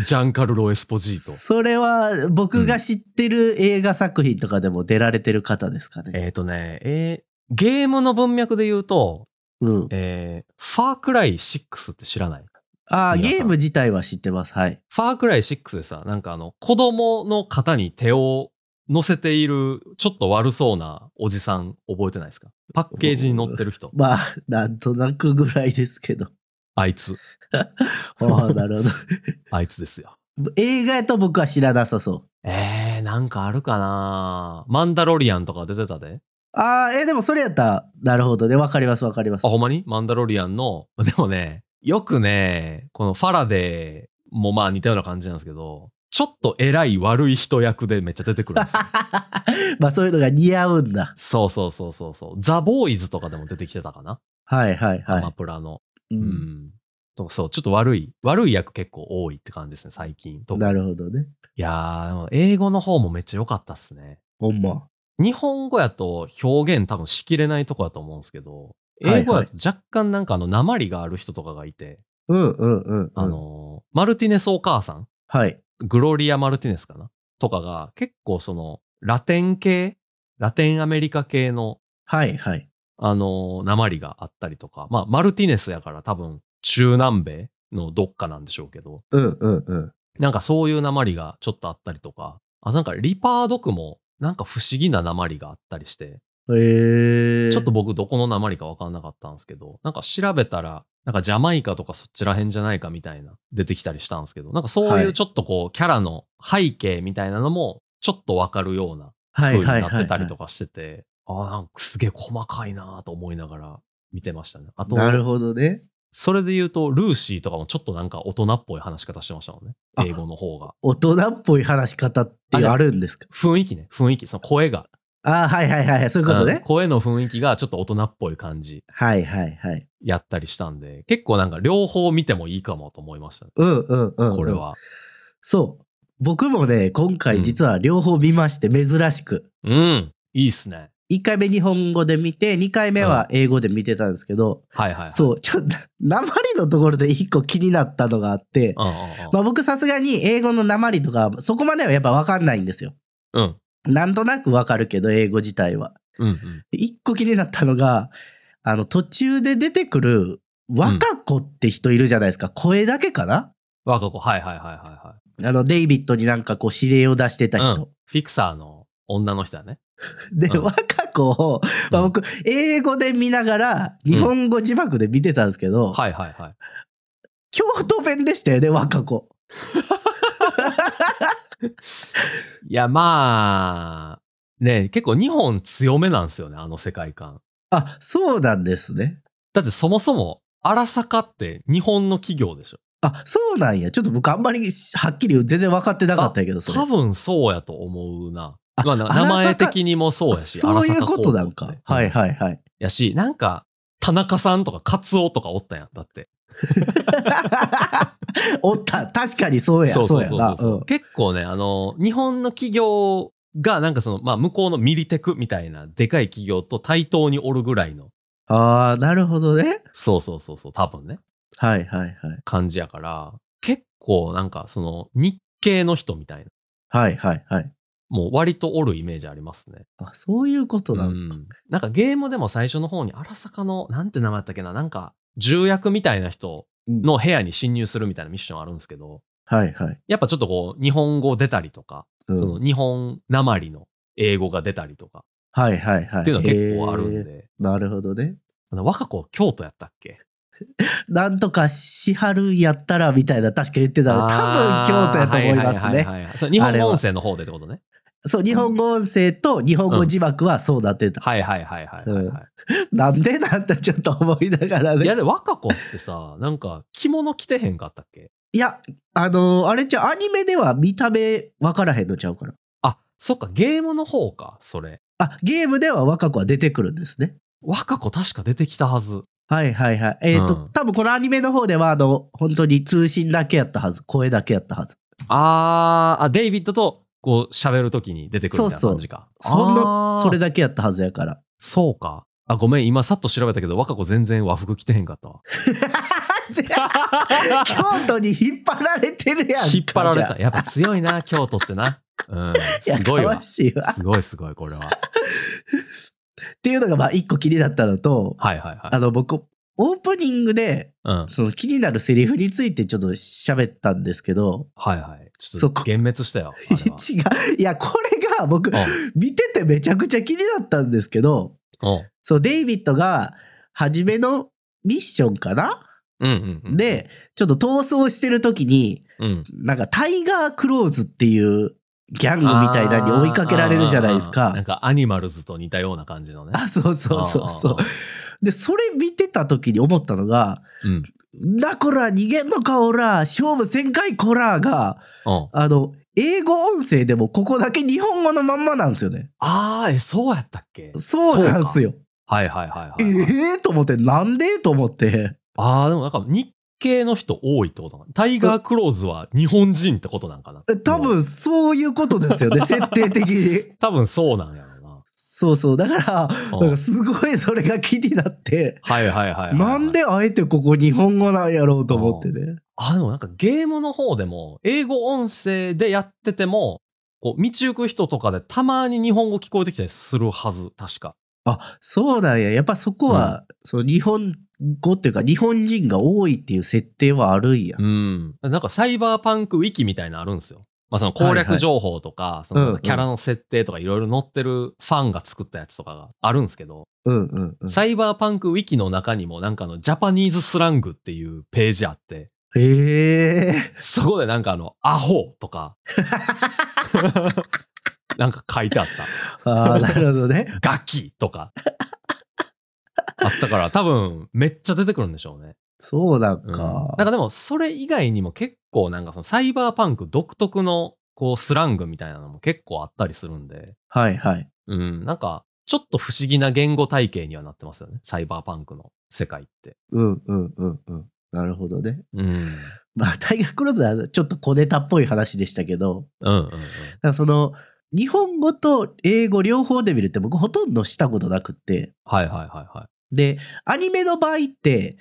Speaker 2: ジャンカルロ・エスポ
Speaker 1: う。
Speaker 2: ジート。
Speaker 1: それは、僕が知ってる映画作品とかでも出られてる方ですかね。
Speaker 2: えっ、とね、えーゲームの文脈で言うと、
Speaker 1: うん。
Speaker 2: えーファークライ6って知らない
Speaker 1: ああ、
Speaker 2: 皆さん
Speaker 1: ゲーム自体は知ってます。はい。
Speaker 2: ファークライ6でさ、なんかあの、子供の肩に手を乗せている、ちょっと悪そうなおじさん覚えてないですかパッケージに乗ってる人。
Speaker 1: まあ、 なんとなくぐらいですけど。
Speaker 2: あいつ。
Speaker 1: ああ、なるほど。
Speaker 2: あいつですよ。
Speaker 1: 映画やと僕は知らなさそう。
Speaker 2: えー、なんかあるかなマンダロリアンとか出てたで
Speaker 1: ああ、え、でもそれやったら、なるほどね。わかりますわかります
Speaker 2: あ、。ほんまにマンダロリアンの、でもね、よくね、このファラデーもまあ似たような感じなんですけど、ちょっと偉い悪い人役でめっちゃ出てくるん ですよ。
Speaker 1: まあそういうのが似合うんだ。
Speaker 2: そうそうそうそうそう。ザ・ボーイズとかでも出てきてたかな、
Speaker 1: はいはい
Speaker 2: ア
Speaker 1: は
Speaker 2: マ
Speaker 1: い。
Speaker 2: プラの。
Speaker 1: う、
Speaker 2: うんん。とかそう、ちょっと悪い、悪い役結構多いって感じですね、最近。と
Speaker 1: なるほどね。
Speaker 2: いやー、でも英語の方もめっちゃ良かったっすね。
Speaker 1: ほんま。
Speaker 2: 日本語やと表現多分しきれないとこだと思うんですけど、
Speaker 1: はいはい
Speaker 2: 英語やと若干なんかあの、鉛がある人とかがいて、
Speaker 1: うんうんうん、うん。
Speaker 2: あの、マルティネスお母さん、
Speaker 1: はい。
Speaker 2: グロリア・マルティネスかなとかが、結構その、ラテン系、ラテンアメリカ系の、
Speaker 1: はいはい。
Speaker 2: あの、鉛があったりとか、まあ、マルティネスやから多分、中南米のどっかなんでしょうけど、
Speaker 1: うんうんうん。
Speaker 2: なんかそういう鉛がちょっとあったりとか、あ、なんかリパードクも、なんか不思議な鉛があったりして、
Speaker 1: えー、
Speaker 2: ちょっと僕どこの鉛かわかんなかったんですけど、なんか調べたら、なんかジャマイカとかそっちら辺じゃないかみたいな出てきたりしたんですけど、なんかそうい
Speaker 1: は
Speaker 2: う
Speaker 1: い
Speaker 2: ちょっとこうキャラの背景みたいなのもちょっとわかるような
Speaker 1: はい
Speaker 2: 風に
Speaker 1: はい
Speaker 2: な
Speaker 1: は
Speaker 2: っ
Speaker 1: い
Speaker 2: てたり
Speaker 1: は
Speaker 2: とかしてて、ああ、なんかすげえ細かいなぁと思いながら見てましたね。あ
Speaker 1: い。
Speaker 2: と、
Speaker 1: なるほどね。
Speaker 2: それで言うとルーシーとかもちょっとなんか大人っぽい話し方してましたもんね。
Speaker 1: あ
Speaker 2: 英語の方が。
Speaker 1: 大人っぽい話し方ってあるんですか
Speaker 2: 雰囲気ね、雰囲気、その声が。
Speaker 1: ああ、はいはいはいはい。そういうこと
Speaker 2: うん
Speaker 1: ね。
Speaker 2: 声の雰囲気がちょっと大人っぽい感じ
Speaker 1: はいはいはい。
Speaker 2: やったりしたんで、結構なんか両方見てもいいかもと思いましたね。
Speaker 1: うんうんうんうん。
Speaker 2: これ。は。
Speaker 1: そう。僕もね、今
Speaker 2: う
Speaker 1: 回
Speaker 2: ん
Speaker 1: 実は両方見まして、珍しく。
Speaker 2: うん。いいっすね。
Speaker 1: 1回目日本語で見て、2回目は英語で見てたんですけど、
Speaker 2: はいはいはい。
Speaker 1: そう、ちょっと、鉛のところで1個気になったのがあって、
Speaker 2: うんうん
Speaker 1: まあ僕さすがに英語の鉛とか、そこまではやっぱ分かんないんですよ。
Speaker 2: うん。うん。
Speaker 1: なんとなく分かるけど、英語自体は。
Speaker 2: うんうん。
Speaker 1: で一個気になったのが、あの、途中で出てくる、若子って人いるじゃないですか。声だけかな
Speaker 2: 若子、はいはいはいはいはい。
Speaker 1: あの、デイビッドになんかこう指令を出してた
Speaker 2: うん
Speaker 1: 人。
Speaker 2: フィクサーの女の人だね。
Speaker 1: で、
Speaker 2: うん
Speaker 1: 若子を、まあ、僕、英語で見ながら、日本語字幕で見てたんですけど、
Speaker 2: はいはいはい。
Speaker 1: 京都弁でしたよね、若子。
Speaker 2: いや、まあ、ね結構日本強めなんですよね、あの世界観。
Speaker 1: あ、そうなんですね。
Speaker 2: だってそもそも、荒坂って日本の企業でしょ。
Speaker 1: あ、そうなんや。ちょっと僕あんまりはっきり全然分かってなかったんやけど、それ
Speaker 2: 多分そうやと思うな。
Speaker 1: あ
Speaker 2: まあ、名前的にもそうやし、
Speaker 1: そういうことなん
Speaker 2: 荒坂高校っ
Speaker 1: か
Speaker 2: て。
Speaker 1: はいはい はい。
Speaker 2: やし、なんか、田中さんとかカツオとかおったやん、だって。
Speaker 1: おった、確かにそうや、そうやな。うん
Speaker 2: 結構ね、あの、日本の企業が、なんかその、まあ、向こうのミリテクみたいな、でかい企業と対等におるぐらいの、
Speaker 1: ああ、なるほどね。
Speaker 2: そうそうそうそう、多分ね、
Speaker 1: はいはいはい。
Speaker 2: 感じやから、結構なんか、その、日系の人みたいな、
Speaker 1: はいはいはい。
Speaker 2: もう割とおるイメージありますね。
Speaker 1: あ、そういうことな
Speaker 2: うん
Speaker 1: だ。
Speaker 2: んなんかゲームでも最初の方に荒坂のなんて名前だったっけななんか重役みたいな人の部屋に侵入するみたいなミッションあるんですけど
Speaker 1: はいはい。
Speaker 2: やっぱちょっとこう日本語出たりとか、
Speaker 1: うん
Speaker 2: その日本なまりの英語が出たりとか
Speaker 1: はいはいはい。
Speaker 2: っていうのは結構あるん
Speaker 1: へー
Speaker 2: で、
Speaker 1: なるほどね。
Speaker 2: あの若子京都やったっけ
Speaker 1: なんとかしはるやったらみたいな、確か言ってたの。多分
Speaker 2: あー
Speaker 1: 京都やと思います
Speaker 2: はいはい
Speaker 1: ね。
Speaker 2: はいはいそれ日本語音声の方でってことね
Speaker 1: そう、日本語音声と日本語字幕はそうなってた。
Speaker 2: はいはいはいはいはい、は
Speaker 1: なんでなんてちょっと思いながら
Speaker 2: い、い
Speaker 1: ね
Speaker 2: や。で若子ってさなんか着物着てへんかったっけ
Speaker 1: いや、あのーあれじゃうアニメでは見た目分からへんのちゃうから。
Speaker 2: あそっかゲームの方かそれ
Speaker 1: あ、ゲームでは若子は出てくるんですね。
Speaker 2: 若子確か出てきたはず
Speaker 1: はいはいはい。えっ、と、
Speaker 2: うん
Speaker 1: 多分このアニメの方では、あの、本当に通信だけやったはず。声だけやったはず。
Speaker 2: あーあ、デイビッドとこう喋るときに出てくるみたいな感じか。
Speaker 1: ほん
Speaker 2: あ
Speaker 1: の、
Speaker 2: ー
Speaker 1: それだけやったはずや から。
Speaker 2: そうか。あ、ごめん、今さっと調べたけど、若子全然和服着てへんかっ たわ。
Speaker 1: 京都に引っ張られてるやんか。
Speaker 2: 引っ張られ
Speaker 1: じゃ
Speaker 2: た。やっぱ強いな、京都ってな。うん、
Speaker 1: あ。
Speaker 2: すご い
Speaker 1: や、か
Speaker 2: わ
Speaker 1: わ。しいわ。っ
Speaker 2: すごいすごい、これは。
Speaker 1: ていうのが、まあ、一個気になったのと、
Speaker 2: はいはい
Speaker 1: あ
Speaker 2: は
Speaker 1: の、僕、オープニングで、
Speaker 2: い。うん。
Speaker 1: その気になるセリフについてちょっと喋ったんですけど、
Speaker 2: はいはい。ちょ
Speaker 1: そ
Speaker 2: っと
Speaker 1: こ
Speaker 2: 幻滅し たよ。あれは
Speaker 1: 違う。いや、これが僕、見ててめちゃくちゃ気になったんですけど、
Speaker 2: うんうん
Speaker 1: そう、デイビッドが、初めのミッションかな、
Speaker 2: うんうんうん。、
Speaker 1: で、ちょっと逃走してる時に、
Speaker 2: うん。
Speaker 1: なんかタイガークローズっていうギャングみたいなのに追いかけられるじゃないです
Speaker 2: あーあーあーなん
Speaker 1: か。
Speaker 2: かアニマルズと似たような感じのね。
Speaker 1: あ、そうそうそうそう
Speaker 2: あーあー。
Speaker 1: で、それ見てた時に思ったのが、
Speaker 2: うん。うん。
Speaker 1: なこら逃げんのかおら、勝負せんかいこらが、あの、英語音声でもここだけ日本語のまんまなんですよね。
Speaker 2: ああ、え、そうやったっけ
Speaker 1: そうなんです
Speaker 2: よ。
Speaker 1: よ。
Speaker 2: はいはいはいはい
Speaker 1: え
Speaker 2: はい。
Speaker 1: えー、と思って、なんでと思って。
Speaker 2: ああ、でもなんか日系の人多いってことなのタイガー・クローズは日本人ってことなんかな
Speaker 1: え多。分そういうことです よね、設定的に。
Speaker 2: 多分そうなんやろうな。
Speaker 1: そうそう。だから、
Speaker 2: うん
Speaker 1: なんかすごいそれが気になって、
Speaker 2: はいはいはいはいはい。
Speaker 1: なんであえてここ日本語なんやろうと思ってね。
Speaker 2: あの、なんかゲームの方でも、英語音声でやってても、こう、道行く人とかでたまに日本語聞こえてきたりするはず、確か。
Speaker 1: あ、そうなんや。やっぱそこは、その日本語っていうか、日本人が多いっていう設定はあるんや。
Speaker 2: うん。なんかサイバーパンクウィキみたいなのあるんですよ。まあその攻
Speaker 1: はいは
Speaker 2: 略
Speaker 1: い
Speaker 2: 情報とか、そ
Speaker 1: うんう
Speaker 2: の
Speaker 1: ん
Speaker 2: キャラの設定とかいろいろ載ってるファンが作ったやつとかがあるんですけど、
Speaker 1: うんうんうん。
Speaker 2: サイバーパンクウィキの中にもなんかあのジャパニーズスラングっていうページあって、
Speaker 1: へ え。
Speaker 2: そこでなんかあの、アホと か、なんか書いてあっ
Speaker 1: ああ、なるほどね。
Speaker 2: た。ガキとか。あったから多分めっちゃ出てくるんでしょうね。
Speaker 1: そうなん
Speaker 2: うん、
Speaker 1: か。
Speaker 2: なんかでもそれ以外にも結構なんかそのサイバーパンク独特のこうスラングみたいなのも結構あったりするんで、
Speaker 1: はいはい。
Speaker 2: うん、なんか、ちょっと不思議な言語体系にはなってますよね。サイバーパンクの世界って。
Speaker 1: うんうんうんうん。なるほどね。
Speaker 2: うん。
Speaker 1: まあ、タイガークローズはちょっと小ネタっぽい話でしたけど、
Speaker 2: うんうん
Speaker 1: だからその、日本語と英語両方で見るって僕ほとんどしたことなくって。
Speaker 2: はいはいはいはい。
Speaker 1: で、アニメの場合って、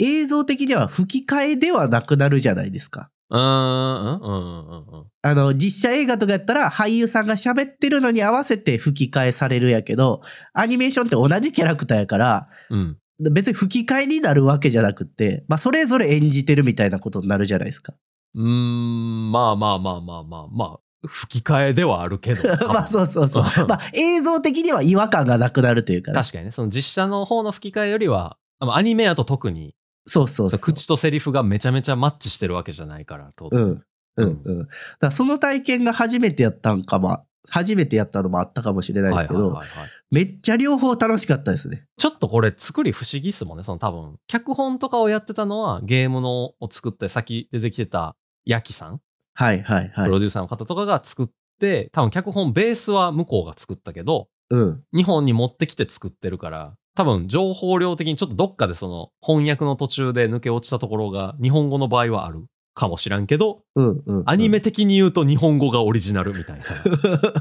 Speaker 1: 映像的には吹き替えではなくなるじゃないですか。
Speaker 2: うーん、うん、うん、うん。
Speaker 1: あの、実写映画とかやったら俳優さんが喋ってるのに合わせて吹き替えされるやけど、アニメーションって同じキャラクターやから、
Speaker 2: うん。
Speaker 1: 別に吹き替えになるわけじゃなくって、まあそれぞれ演じてるみたいなことになるじゃないですか。
Speaker 2: うーん、まあまあまあまあまあまあ、吹き替えではある けど。多分
Speaker 1: まあそうそうそう。まあ映像的には違和感がなくなるというかね、
Speaker 2: 確かにね、その実写の方の吹き替えよりは、あのアニメやと特に、
Speaker 1: そうそうそう。
Speaker 2: その口とセリフがめちゃめちゃマッチしてるわけじゃないから、と。
Speaker 1: うん。うんうん。だからその体験が初めてやったんかも、初めてやったのもあったかもしれないで
Speaker 2: は
Speaker 1: す
Speaker 2: い
Speaker 1: け
Speaker 2: はい
Speaker 1: ど、
Speaker 2: はいはい。
Speaker 1: めっちゃ両方楽しかったですね。
Speaker 2: ちょっとこれ作り不思議っすもんね。その多分、脚本とかをやってたのはゲームのを作って、先出てきてたヤキさん、
Speaker 1: はいはいは
Speaker 2: プ
Speaker 1: い
Speaker 2: ロ。デューサーの方とかが作って、多分脚本ベースは向こうが作ったけど、
Speaker 1: うん。
Speaker 2: 日本に持ってきて作ってるから、多分情報量的にちょっとどっかでその翻訳の途中で抜け落ちたところが日本語の場合はあるかもしらんけど、
Speaker 1: うんうん。
Speaker 2: アニメ的に言うと日本語がオリジナルみたいな、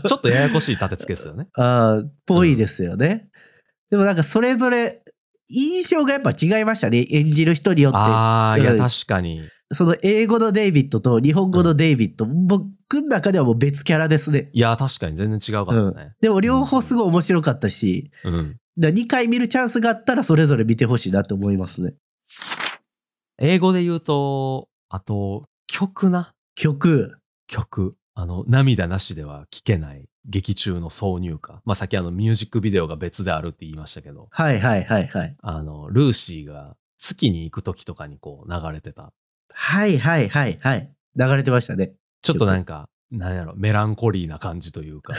Speaker 2: ちょっとややこしい立て付けですよね。
Speaker 1: あーっぽいですよね。でもなんかそれぞれ印象がやっぱ違いましたね。演じる人によっ
Speaker 2: ああ、いや
Speaker 1: うん
Speaker 2: 確かに。
Speaker 1: て。その英語のデイビッドと日本語のデイビッド、僕の中ではもう別キャラですね。
Speaker 2: いや確かに全然違うかったね。
Speaker 1: でも両方すごい面白かったし、
Speaker 2: うん
Speaker 1: だ2回見るチャンスがあったらそれぞれ見てほしいなと思いますね。
Speaker 2: 英語で言うと、あと、曲な。
Speaker 1: 曲。
Speaker 2: 曲。あの、涙なしでは聴けない劇中の挿入歌。まあ、さっきあの、ミュージックビデオが別であるって言いましたけど、
Speaker 1: はいはいはいはい。
Speaker 2: あの、ルーシーが月に行く時とかにこう流れてた。
Speaker 1: はいはいはいはい。流れてましたね。
Speaker 2: ちょっとなんか、なんやろ、メランコリーな感じ というか、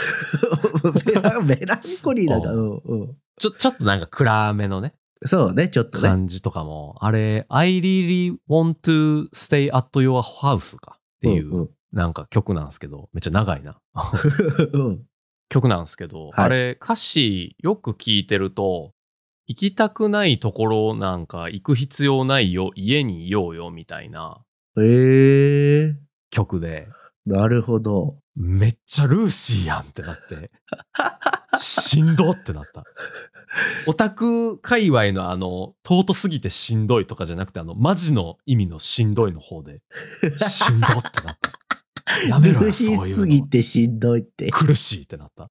Speaker 1: メラメランコリーなんか、
Speaker 2: ああ
Speaker 1: うんうん。
Speaker 2: ちょ、ちょっとなんか暗めのね、
Speaker 1: そうね、ちょっとね。
Speaker 2: 感じとかも、あれ、I really want to stay at your house かっていう、
Speaker 1: うん
Speaker 2: なんか曲なんですけど、めっちゃ長いな。
Speaker 1: うんうん
Speaker 2: 曲なんですけど、
Speaker 1: はい
Speaker 2: あれ歌詞よく聞いてると、行きたくないところなんか行く必要ないよ、家にいようよみたいな
Speaker 1: へえー、
Speaker 2: 曲で、
Speaker 1: なるほど。
Speaker 2: めっちゃルーシーやんってなって、しんどってなった。オタク界隈のあの、尊すぎてしんどいとかじゃなくて、あの、マジの意味のしんどいの方で、しんどってなった。やめろ
Speaker 1: 苦
Speaker 2: よ、そう
Speaker 1: し
Speaker 2: いう
Speaker 1: す
Speaker 2: の
Speaker 1: ぎ。てしんどいっ て。
Speaker 2: 苦しいってなった。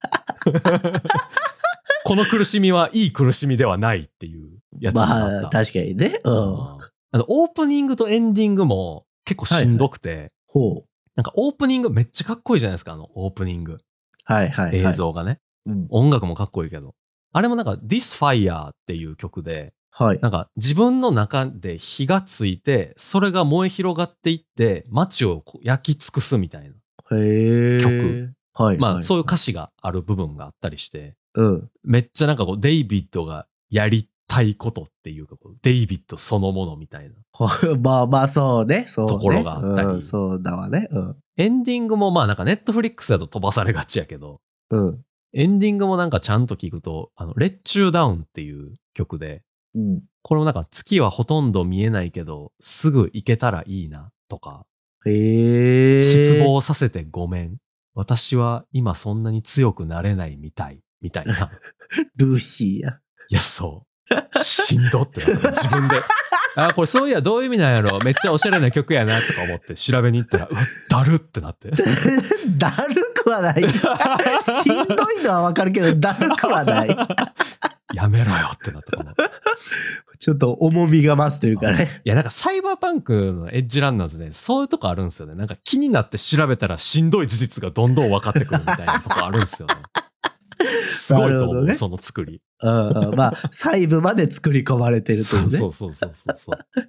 Speaker 2: この苦しみはいい苦しみではないっていうやつに
Speaker 1: ま
Speaker 2: なっ
Speaker 1: あ、
Speaker 2: た。
Speaker 1: 確かにね。うん。
Speaker 2: うんあのオープニングとエンディングも結構しんどくて、
Speaker 1: ほう。
Speaker 2: なんかオープニングめっちゃかっこいいじゃないですか、あのオープニング。
Speaker 1: はいはい、はい。
Speaker 2: 映。像がね。
Speaker 1: うん、
Speaker 2: 音楽もかっこいいけど。あれもなんか This Fire っていう曲で、
Speaker 1: はい。
Speaker 2: なんか自分の中で火がついて、それが燃え広がっていって、街をこう焼き尽くすみたいな。
Speaker 1: へえ。
Speaker 2: 曲。
Speaker 1: はい。
Speaker 2: ま
Speaker 1: は
Speaker 2: あそういう
Speaker 1: か。
Speaker 2: 歌詞がある部分があったりして、
Speaker 1: うん。
Speaker 2: めっちゃなんかこう、デイビッドがやりたいことっていうか、こうデイビッドそのものみたいな。
Speaker 1: まあまあ、そうね。そうね。
Speaker 2: ところがあったり
Speaker 1: うんそうだわね。うん。
Speaker 2: エンディングもまあなんかネットフリックスだと飛ばされがちやけど、
Speaker 1: うん。
Speaker 2: エンディングもなんかちゃんと聞くと、あの、レッチューダウンっていう曲で、
Speaker 1: うん。
Speaker 2: これもなんか月はほとんど見えないけど、すぐ行けたらいいなとか、
Speaker 1: へえ。
Speaker 2: 失。望させてごめん。私は今そんなに強くなれないみたい、みたいな。
Speaker 1: ルーシー や。
Speaker 2: いや、そう。しんどってなった自分で。あ、これそういや、どういう意味なんやろめっちゃおしゃれな曲やなとか思って調べに行ったら、うわ、だるってなって。
Speaker 1: だるくは ない。しんどいのはわかるけど、だるくはない。
Speaker 2: やめろよってなったかも。い
Speaker 1: ちょっと重みが増すというかね。
Speaker 2: や、なんかサイバーパンクのエッジランナーズね、そういうとこあるんですよね。なんか気になって調べたらしんどい事実がどんどん分かってくるみたいなとこあるんですよね。すごい
Speaker 1: なる
Speaker 2: と
Speaker 1: ほ
Speaker 2: 思
Speaker 1: ど
Speaker 2: う、
Speaker 1: ね
Speaker 2: その作り。
Speaker 1: うん、まあ、細部まで作り込まれてるとい
Speaker 2: そうう
Speaker 1: ね。
Speaker 2: そうそうそうそうそう。っ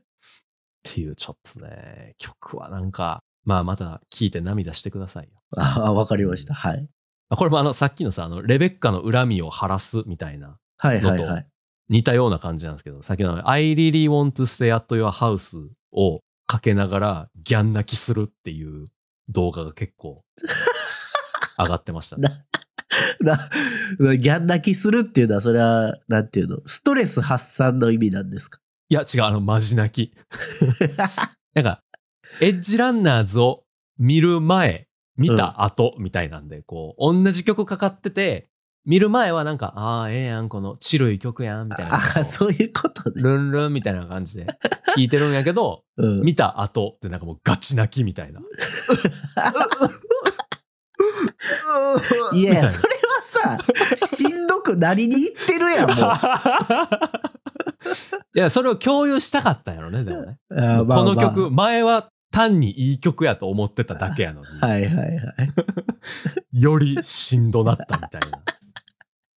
Speaker 2: ていう、ちょっとね、曲はなんか、まあまた聴いて涙してくださいよ。
Speaker 1: ああ、わかりました。はい。
Speaker 2: あこれもあの、さっきのさ、あの、レベッカの恨みを晴らすみたいな、
Speaker 1: はいはいは
Speaker 2: の
Speaker 1: い。
Speaker 2: 似たような感じなんですけど、さっきの I really want to stay at your house をかけながら ギャン泣きするっていう動画が結構上がってましたね。
Speaker 1: ななギャン泣きするっていうのは、それは、なんていうの、ストレス発散の意味なんですか。
Speaker 2: いや、違う、あの、マ ジ泣き。なんか、エッジランナーズを見る前、見た後みたいなんで、こう、同じ曲かかってて、見る前はなんか、ああ、ええやん、この、チルい曲やん、みたいな。
Speaker 1: ああ、そういうことね。
Speaker 2: ルンルンみたいな感じで聴いてるんやけど、
Speaker 1: うん。
Speaker 2: 見た後ってなんかもうガチ泣きみたいな。
Speaker 1: いやいや、そ
Speaker 2: そ
Speaker 1: れはさ、しんどくなりに行ってるやん、もう。あ
Speaker 2: いや、それを共有したかったんやろね、でもね。
Speaker 1: ーまあ
Speaker 2: この
Speaker 1: まあ
Speaker 2: 曲、前は単にいい曲やと思ってただけやのに、
Speaker 1: はいはいはい。
Speaker 2: よりしんどなったみたいな。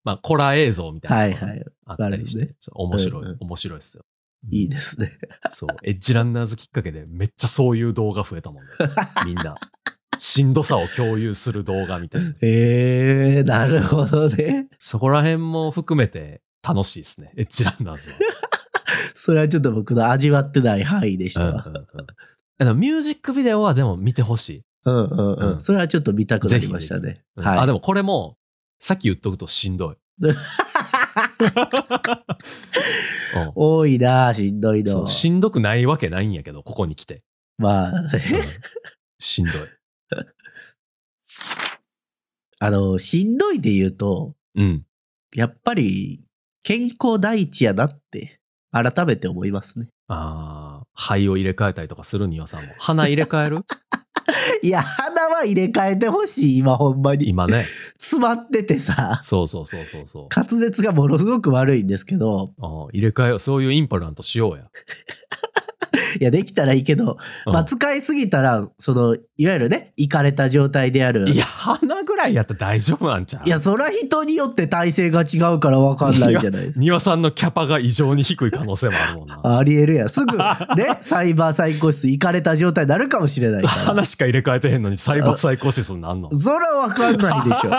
Speaker 2: まあ、コラ映像みた
Speaker 1: はいい
Speaker 2: なの
Speaker 1: は
Speaker 2: が
Speaker 1: い。
Speaker 2: あったりして、
Speaker 1: なる
Speaker 2: そう面白い、
Speaker 1: うんうん
Speaker 2: 面白いですよ。
Speaker 1: いいです ね。
Speaker 2: そう、エッジランナーズきっかけでめっちゃそういう動画増えたもんね。みん な。しんどさを共有する動画みたいな。
Speaker 1: えー、なるほどね。
Speaker 2: そこら辺も含めて楽しいで すね。エッジランナーズは。
Speaker 1: それはちょっと僕の味わってない範囲でしたわ。
Speaker 2: うんうんうんあのミュージックビデオはでも見てほしい。
Speaker 1: うんうんう。
Speaker 2: うんん
Speaker 1: それはちょっと見たくなりました
Speaker 2: ぜ
Speaker 1: ね。
Speaker 2: うん
Speaker 1: はい。
Speaker 2: あ、でもこれも、さっき言っとくとしんどい。 うん
Speaker 1: 多いなあしんどい
Speaker 2: そ
Speaker 1: の
Speaker 2: う。しんどくないわけないんやけど、ここに 来て。
Speaker 1: まあ、
Speaker 2: うんしんどい。
Speaker 1: あの、しんどいで言うと、
Speaker 2: うん。
Speaker 1: やっぱり健康第一やなって、改めて思いますね。
Speaker 2: ああ、肺を入れ替えたりとかするにはさんも。鼻入れ 替える
Speaker 1: いや、鼻は入れ替えてほしい、今ほんまに。
Speaker 2: 今ね。
Speaker 1: 詰まっててさ、
Speaker 2: そうそうそうそうそう。
Speaker 1: 滑舌がものすごく悪いんですけど、
Speaker 2: あー入れ替えよう。そういうインプラントしようや。
Speaker 1: いや、できたらいいけど、
Speaker 2: うん
Speaker 1: まあ、使いすぎたら、その、いわゆるね、いかれた状態である。
Speaker 2: いや、鼻ぐらいやったら大丈夫なんちゃう
Speaker 1: いや、そら人によって体勢が違うから分かんないじゃないですか。
Speaker 2: 庭さんのキャパが異常に低い可能性もあるもんな。
Speaker 1: ありえるやん。すぐ、 ね、サイバー最高室行かれた状態になるかもしれないか
Speaker 2: 鼻しか入れ替えてへんのにサイバーサイコシスになんの
Speaker 1: ら。そら分かんないで しょ。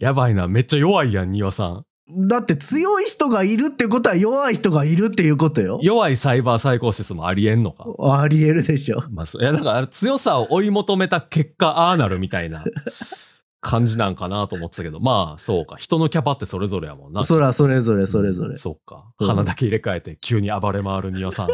Speaker 2: やばいな、めっちゃ弱いやん、庭さん。
Speaker 1: だって強い人がいるってことは弱い人がいるっていうことよ。
Speaker 2: 弱いサイバーサイコシスもありえんのか。
Speaker 1: ありえるでしょ。
Speaker 2: まあ、そういや、だから強さを追い求めた結果、ああなるみた いな感じなんかなと思ってたけど、まあ、そうか。人のキャパってそれぞれやもんな。
Speaker 1: そらそれぞれそれぞれ。
Speaker 2: そっか。
Speaker 1: うん
Speaker 2: 鼻だけ入れ替えて急に暴れ回る庭さん。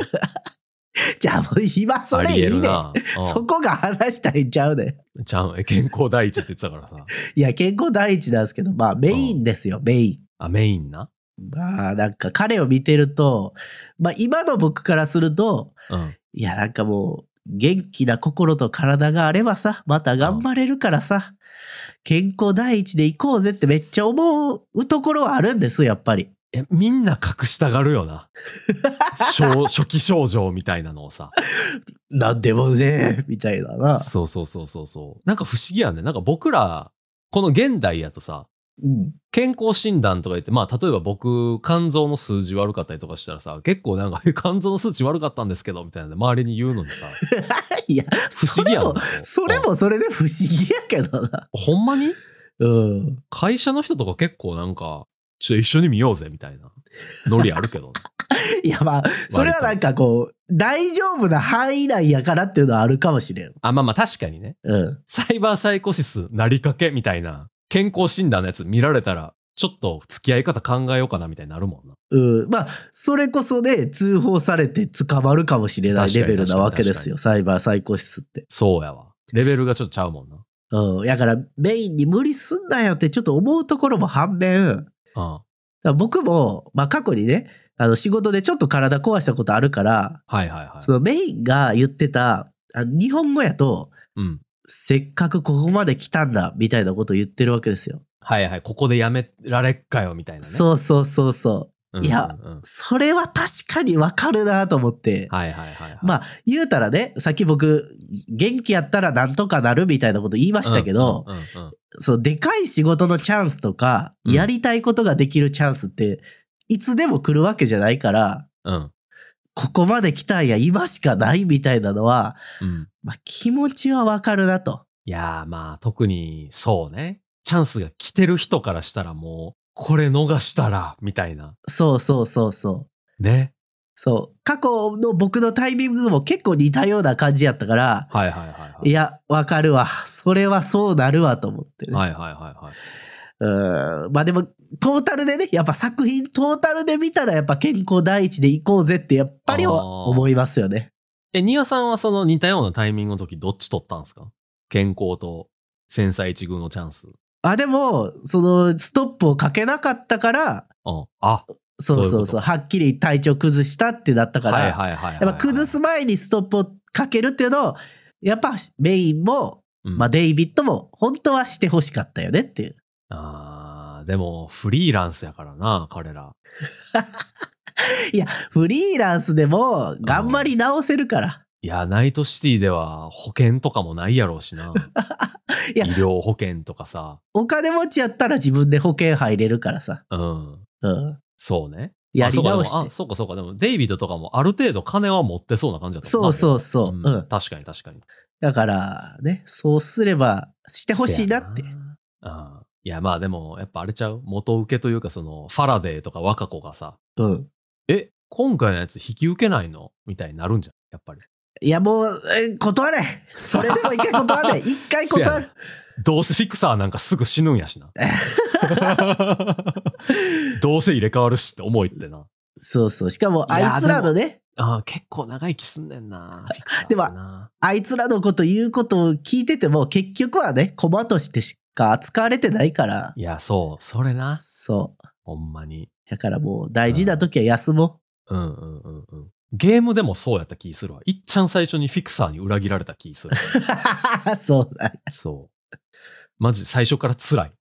Speaker 1: じゃあもう今 そ
Speaker 2: あ
Speaker 1: れ
Speaker 2: り
Speaker 1: い
Speaker 2: え
Speaker 1: い
Speaker 2: る
Speaker 1: ね。
Speaker 2: な。うん
Speaker 1: そこが話したいんちゃうね。
Speaker 2: ちゃん、え健康第一って言ってたからさ。
Speaker 1: いや、健康第一なんですけど、まあメインですよ、メイン。
Speaker 2: あ、メインな。
Speaker 1: まあなんか彼を見てると、まあ今の僕からすると、
Speaker 2: うん。
Speaker 1: いやなんかもう元気な心と体があればさ、また頑張れるからさ、健康第一で行こうぜってめっちゃ思うところはあるんですよ、やっぱり。
Speaker 2: え、みんな隠したがるよ な。初初期症状みたいなのを さ。
Speaker 1: なんでもね、みたいなな。
Speaker 2: そうそうそうそうそう。なんか不思議やね。なんか僕ら、この現代やとさ、
Speaker 1: うん。
Speaker 2: 健康診断とか言って、まあ例えば僕、肝臓の数字悪かったりとかしたらさ、結構なんか、 え肝臓の数値悪かったんですけど、みたいなんで周りに言うのにさ、
Speaker 1: いや、
Speaker 2: 不思議やんな。こ う
Speaker 1: それ。もそれで不思議やけどな。
Speaker 2: あほんまに
Speaker 1: うん。
Speaker 2: 会社の人とか結構なんか、ちょっと一緒に見ようぜ、みたいな。ノリあるけどね。
Speaker 1: いやまあ、 それはなんかこう、大丈夫な範囲内やからっていうのはあるかもしれん。
Speaker 2: あ、まあまあ確かにね。
Speaker 1: うん。
Speaker 2: サイバーサイコシスなりかけみたいな健康診断のやつ見られたら、ちょっと付き合い方考えようかなみたいになるもんな。
Speaker 1: うん、まあ、それこそね、通報されて捕まるかもしれないレベルなわけですよ、サイバー最高室って。
Speaker 2: そうやわ。レベルがちょっとちゃうもんな。
Speaker 1: うん。だから、メインに無理すんなよってちょっと思うところも反面、だか
Speaker 2: うん。
Speaker 1: ら僕も、まあ過去にね、あの仕事でちょっと体壊したことあるから、
Speaker 2: はいはいはい
Speaker 1: そ。のメインが言ってた、あの日本語やと、
Speaker 2: うん。
Speaker 1: せっかくここまで来たんだ、みたいなことを言ってるわけですよ。
Speaker 2: はいはい。ここでやめられっかよみたいなね。
Speaker 1: そうそうそうそう。
Speaker 2: うん
Speaker 1: い
Speaker 2: うんうん。
Speaker 1: やそれは確かにわかるなと思って。
Speaker 2: はいはいはいはい。
Speaker 1: まあ、言うたらね、さっき僕、元気やったらなんとかなるみたいなこと言いましたけど、
Speaker 2: うんうんうんうん
Speaker 1: そのでかい仕事のチャンスとか、
Speaker 2: うん
Speaker 1: やりたいことができるチャンスって、いつでも来るわけじゃないから、
Speaker 2: うん。
Speaker 1: ここまで来たんや、今しかないみたいなのは、
Speaker 2: うん。
Speaker 1: まあ、気持ちはわかるなと。
Speaker 2: いやーまあ特にそうね。チャンスが来てる人からしたらもう、これ逃したら、みたいな。
Speaker 1: そうそうそうそう。
Speaker 2: ね。
Speaker 1: そう。過去の僕のタイミングも結構似たような感じやったから、
Speaker 2: はいはいはいはい。
Speaker 1: いや、わかるわ。それはそうなるわと思ってね。
Speaker 2: はいはいはいはい。
Speaker 1: うん。まあでも、トータルでね、やっぱ作品トータルで見たらやっぱ健康第一でいこうぜってやっぱり
Speaker 2: あー
Speaker 1: 思いますよね。
Speaker 2: え、ニアさんはその似たようなタイミングの時どっち取ったんですか健康と繊細一遇のチャンス。
Speaker 1: あ、でも、その、ストップをかけなかったから、
Speaker 2: うん。あ、
Speaker 1: そうそ
Speaker 2: そういううこ
Speaker 1: そう、
Speaker 2: と
Speaker 1: はっきり体調崩したってなったから、
Speaker 2: はいはいはいはい、
Speaker 1: やっぱ崩す、前にストップをかけるっていうのを、やっぱメインも、
Speaker 2: うん
Speaker 1: まあ、デイビッドも本当はしてほしかったよねっていう。
Speaker 2: あーでも、フリーランスやからな、彼ら。
Speaker 1: フリーランスでも頑張り直せるから。
Speaker 2: いや、ナイトシティでは保険とかもないやろうしな。
Speaker 1: いや
Speaker 2: 医療保険とかさ。
Speaker 1: お金持ちやったら自分で保険入れるからさ。
Speaker 2: うん。
Speaker 1: うん。
Speaker 2: そうね。
Speaker 1: やり直
Speaker 2: あ
Speaker 1: して。
Speaker 2: そうかでもあそうかそうか。でも、デイビッドとかもある程度金は持ってそうな感じだった
Speaker 1: そうそううそう。うん。
Speaker 2: 確かに確かに。
Speaker 1: だから、ね、そうすればしてほしいなって
Speaker 2: せ。やな。うん。いや、まあでも、やっぱあれちゃう元請けというか、その、ファラデーとか若子がさ、
Speaker 1: うん。
Speaker 2: え、今回のやつ引き受けないのみたいになるんじゃん。やっぱり。
Speaker 1: いや、もう、え断れそれでも一回断 れ一回断る
Speaker 2: どうせフィクサーなんかすぐ死ぬんや しな。どうせ入れ替わるしって思いってな。
Speaker 1: そうそう。しかも、
Speaker 2: いや
Speaker 1: あいつらのね、
Speaker 2: あー結構長生きすんねんな。フィクサーって
Speaker 1: で
Speaker 2: な
Speaker 1: あいつらのこと言うことを聞いてても、結局はね、駒としてしか扱われてないから。
Speaker 2: いや、そう、それな。
Speaker 1: そう。
Speaker 2: ほんまに。
Speaker 1: だからもう、大事な時は休も
Speaker 2: うんうんうんうん。ゲームでもそうやった気するわ。いっちゃん最初にフィクサーに裏切られた 気する。
Speaker 1: う。そうだ。
Speaker 2: そう。マジ最初から辛い。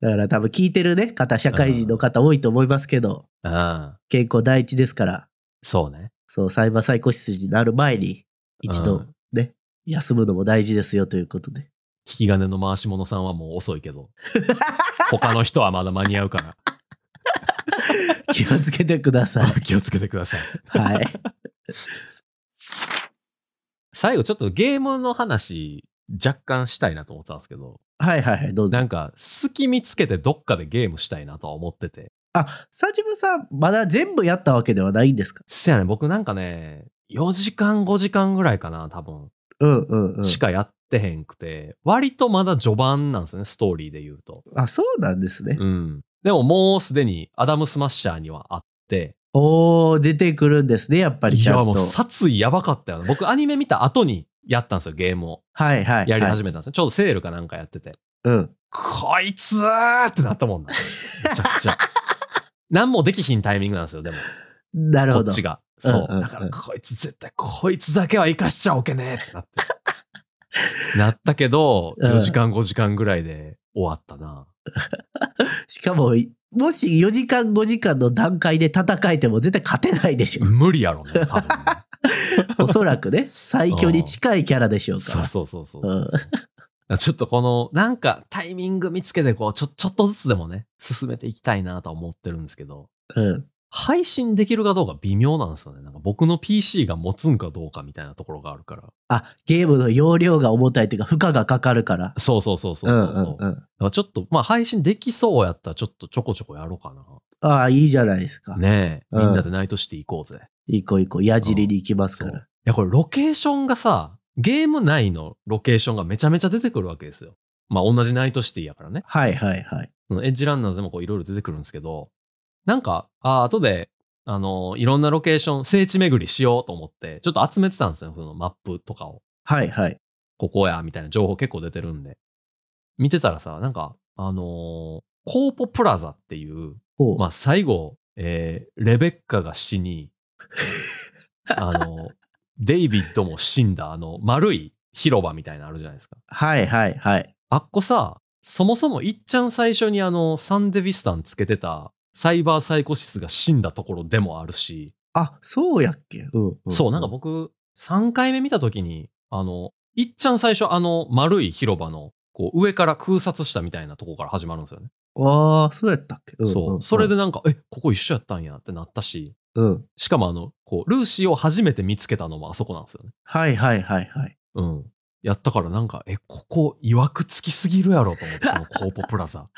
Speaker 1: だから多分聞いてるね、方、社会人の方多いと思いますけど、
Speaker 2: うん。
Speaker 1: 健康第一ですから、
Speaker 2: そうね。
Speaker 1: そう、サイバーサイコシスになる前に、一
Speaker 2: う
Speaker 1: 度
Speaker 2: ん
Speaker 1: ね、休むのも大事ですよということ で。
Speaker 2: 引き金の回し者さんはもう遅いけど。他の人はまだ間に合う から。
Speaker 1: 気をつけてください。
Speaker 2: 気をつけてください。
Speaker 1: はい。
Speaker 2: 最後ちょっとゲームの話若干したいなと思ったんですけど、
Speaker 1: はいはいはい、どうぞ
Speaker 2: な。んか隙見つけてどっかでゲームしたいなとは思ってて。
Speaker 1: あ、佐島さん、まだ全部やったわけではないんですか
Speaker 2: せやね、僕なんかね、4時間5時間ぐらいかな、多分。
Speaker 1: うんうんうん。
Speaker 2: しかやってへんくて、割とまだ序盤なんですよね、ストーリーで言うと。
Speaker 1: あ、そうなんですね。
Speaker 2: うん。でももうすでにアダムスマッシャーにはあって、
Speaker 1: おー、出てくるんですね、やっぱり
Speaker 2: い
Speaker 1: ちゃ
Speaker 2: や
Speaker 1: ん
Speaker 2: も
Speaker 1: と
Speaker 2: う。殺意やばかったよな。僕アニメ見た後にやったんですよ、ゲームを。
Speaker 1: はいはい。
Speaker 2: やり
Speaker 1: め。
Speaker 2: 始めたんですよ。ちょうどセールかなんかやってて。
Speaker 1: うん。
Speaker 2: こいつーってなったも んな。めちゃくちゃ。何もできひんタイミングなんですよ、でも。
Speaker 1: なる
Speaker 2: こ
Speaker 1: ほ
Speaker 2: っ
Speaker 1: ど。
Speaker 2: ちが。そう。
Speaker 1: うんうんうん
Speaker 2: だから、こいつ絶対、こいつだけは生かしちゃおけねえ ってなって。なったけど、
Speaker 1: うん
Speaker 2: 4時間5時間ぐらいで終わったな。
Speaker 1: しかも、もし4時間5時間の段階で戦えても絶対勝てないでしょ。
Speaker 2: 無理やろね、多分ね。
Speaker 1: おそらくね、最強に近いキャラでしょうか
Speaker 2: そう
Speaker 1: ら。
Speaker 2: そうそうそうそうそう。ちょっとこの、なんかタイミング見つけて、こう、ちょ、ちょっとずつでもね、進めていきたいなとは思ってるんですけど、
Speaker 1: うん。
Speaker 2: 配信できるかどうか微妙なんですよね。なんか僕の PC が持つんかどうかみたいなところがあるから。
Speaker 1: あ、ゲームの容量が重たいというか、負荷がかかるから。
Speaker 2: そうそうそうそう
Speaker 1: う
Speaker 2: そ
Speaker 1: ん
Speaker 2: うそう。だ
Speaker 1: うんうん。
Speaker 2: からちょっと、まあ配信できそうやったらちょっとちょこちょこやろうか
Speaker 1: ああ、いいじゃないですか。
Speaker 2: な。ねえ、
Speaker 1: うん
Speaker 2: みんなでナイトシティ行こうぜ。い
Speaker 1: 行こう行こう。矢尻に行きますか
Speaker 2: うん
Speaker 1: ら。
Speaker 2: や、これロケーションがさ、ゲーム内のロケーションがめちゃめちゃ出てくるわけですよ。まあ同じナイトシティやからね。
Speaker 1: はいはいはい。
Speaker 2: そのエッジランナーズでもこういろいろ出てくるんですけど、なんか、あ後で、あの、いろんなロケーション、聖地巡りしようと思って、ちょっと集めてたんですよ、そのマップとかを。
Speaker 1: はいはい。
Speaker 2: ここや、みたいな情報結構出てるんで。見てたらさ、なんか、あのーコーポプラザっていう、
Speaker 1: ほう。
Speaker 2: まあ、最後、えーレベッカが死に、あの、デイビッドも死んだ、あの、丸い広場みたいなのあるじゃないですか。
Speaker 1: はいはいはい。
Speaker 2: あっこさ、そもそもいっちゃん最初にあの、サンデビスタンつけてた、サイバーサイコシスが死んだところでもあるし、
Speaker 1: あ、そうやっけ。うん、うん。
Speaker 2: そう、なんか僕、3回目見たときに、あの、いっちゃん最初、あの、丸い広場の、こう、上から空撮したみたいなとこから始まるんですよね。
Speaker 1: ああ、そうやったっけ。うん、
Speaker 2: そ
Speaker 1: ん
Speaker 2: う。それで、なんか、え、ここ一緒やったんやってなったし、
Speaker 1: うん。
Speaker 2: しかもあの、こう、ルーシーを初めて見つけたのもあそこなんですよね。
Speaker 1: はいはいはいはい。
Speaker 2: うん。やったからなんか、え、ここ、いわくつきすぎるやろと思って、このコーポプラザ。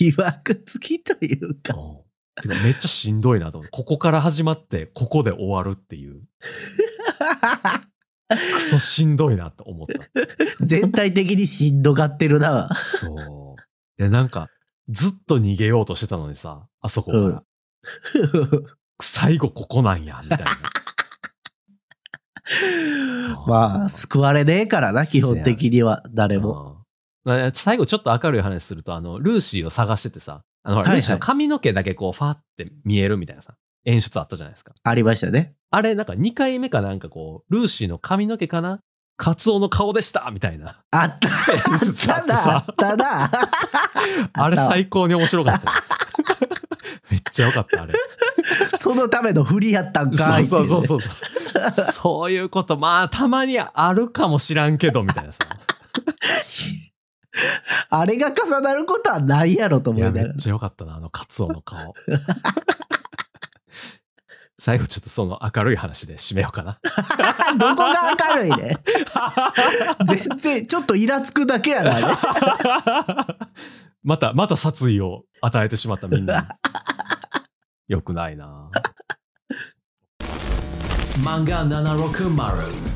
Speaker 1: いわくつきという
Speaker 2: う
Speaker 1: か。
Speaker 2: んてかめっちゃしんどいなと思って、ここから始まって、ここで終わるっていう、クソしんどいなと思った。
Speaker 1: 全体的にしんどがってるな。
Speaker 2: そう。で、なんか、ずっと逃げようとしてたのにさ、あそこから。
Speaker 1: うん
Speaker 2: 最後ここなんや、みたいな。
Speaker 1: まあ、救われねえからな、基本的には、誰も。
Speaker 2: うんまあ最後ちょっと明るい話すると、あの、ルーシーを探しててさ、あの、ほら
Speaker 1: はいはい
Speaker 2: ルーシーの髪の毛だけこう、ファーって見えるみたいなさ、演出あったじゃないですか。
Speaker 1: ありましたね。
Speaker 2: あれ、なんか2回目かなんかこう、ルーシーの髪の毛かなカツオの顔でしたみた いな
Speaker 1: あった
Speaker 2: 演
Speaker 1: あっ
Speaker 2: 出あ
Speaker 1: た
Speaker 2: って
Speaker 1: な、あ
Speaker 2: さ
Speaker 1: っ、たな。
Speaker 2: あ
Speaker 1: あっ
Speaker 2: れ
Speaker 1: たわ
Speaker 2: 最高に面白か った。めっちゃ良かった、あれ。
Speaker 1: そのための振りやったんかいってい
Speaker 2: そう
Speaker 1: ね。
Speaker 2: うそ うそうそう。そういうこと、まあ、たまにあるかもしらんけど、みたいなさ。
Speaker 1: あれが重なることはないやろと
Speaker 2: い
Speaker 1: 思い
Speaker 2: や、
Speaker 1: な
Speaker 2: め
Speaker 1: がら
Speaker 2: っ。ちゃ良かったな、あのカツオの顔。 最後、ちょっとその明るい話で締めようかな。
Speaker 1: どこが明るいね。 全然、ちょっとイラつくだけやな、あれ
Speaker 2: また、また殺意を与えてしまったみんなに。 よくないな。漫画760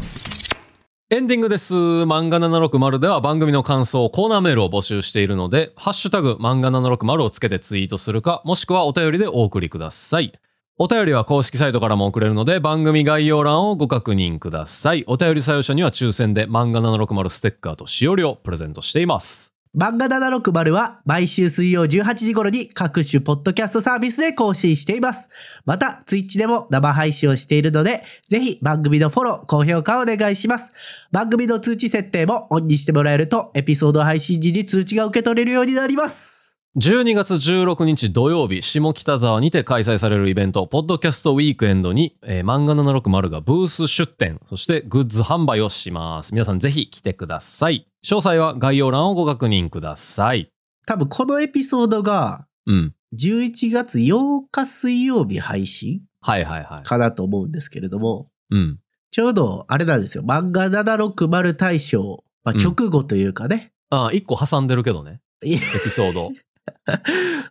Speaker 2: エンディングです。漫画760では番組の感想、コーナーメールを募集しているので、ハッシュタグ漫画760をつけてツイートするか、もしくはお便りでお送りください。お便りは公式サイトからも送れるので、番組概要欄をご確認ください。お便り採用者には抽選で漫画760ステッカーとしおりをプレゼントしています。
Speaker 1: 漫画760は毎週水曜18時頃に各種ポッドキャストサービスで更新しています。また、ツイッチでも生配信をしているので、ぜひ番組のフォロー、高評価をお願いします。番組の通知設定もオンにしてもらえると、エピソード配信時に通知が受け取れるようになります。
Speaker 2: 12月16日土曜日、下北沢にて開催されるイベント、ポッドキャストウィークエンドに、えー漫画760がブース出展、そしてグッズ販売をします。皆さんぜひ来てください。詳細は概要欄をご確認ください。
Speaker 1: 多分このエピソードが、
Speaker 2: うん。
Speaker 1: 11月8日水曜日配信
Speaker 2: はいはいはい。
Speaker 1: かなと思うんですけれども、
Speaker 2: うん。
Speaker 1: ちょうどあれなんですよ、漫画760大賞、まあ、
Speaker 2: うん
Speaker 1: 直後というかね、
Speaker 2: ああ、一個挟んでるけどね。
Speaker 1: い
Speaker 2: エピソード。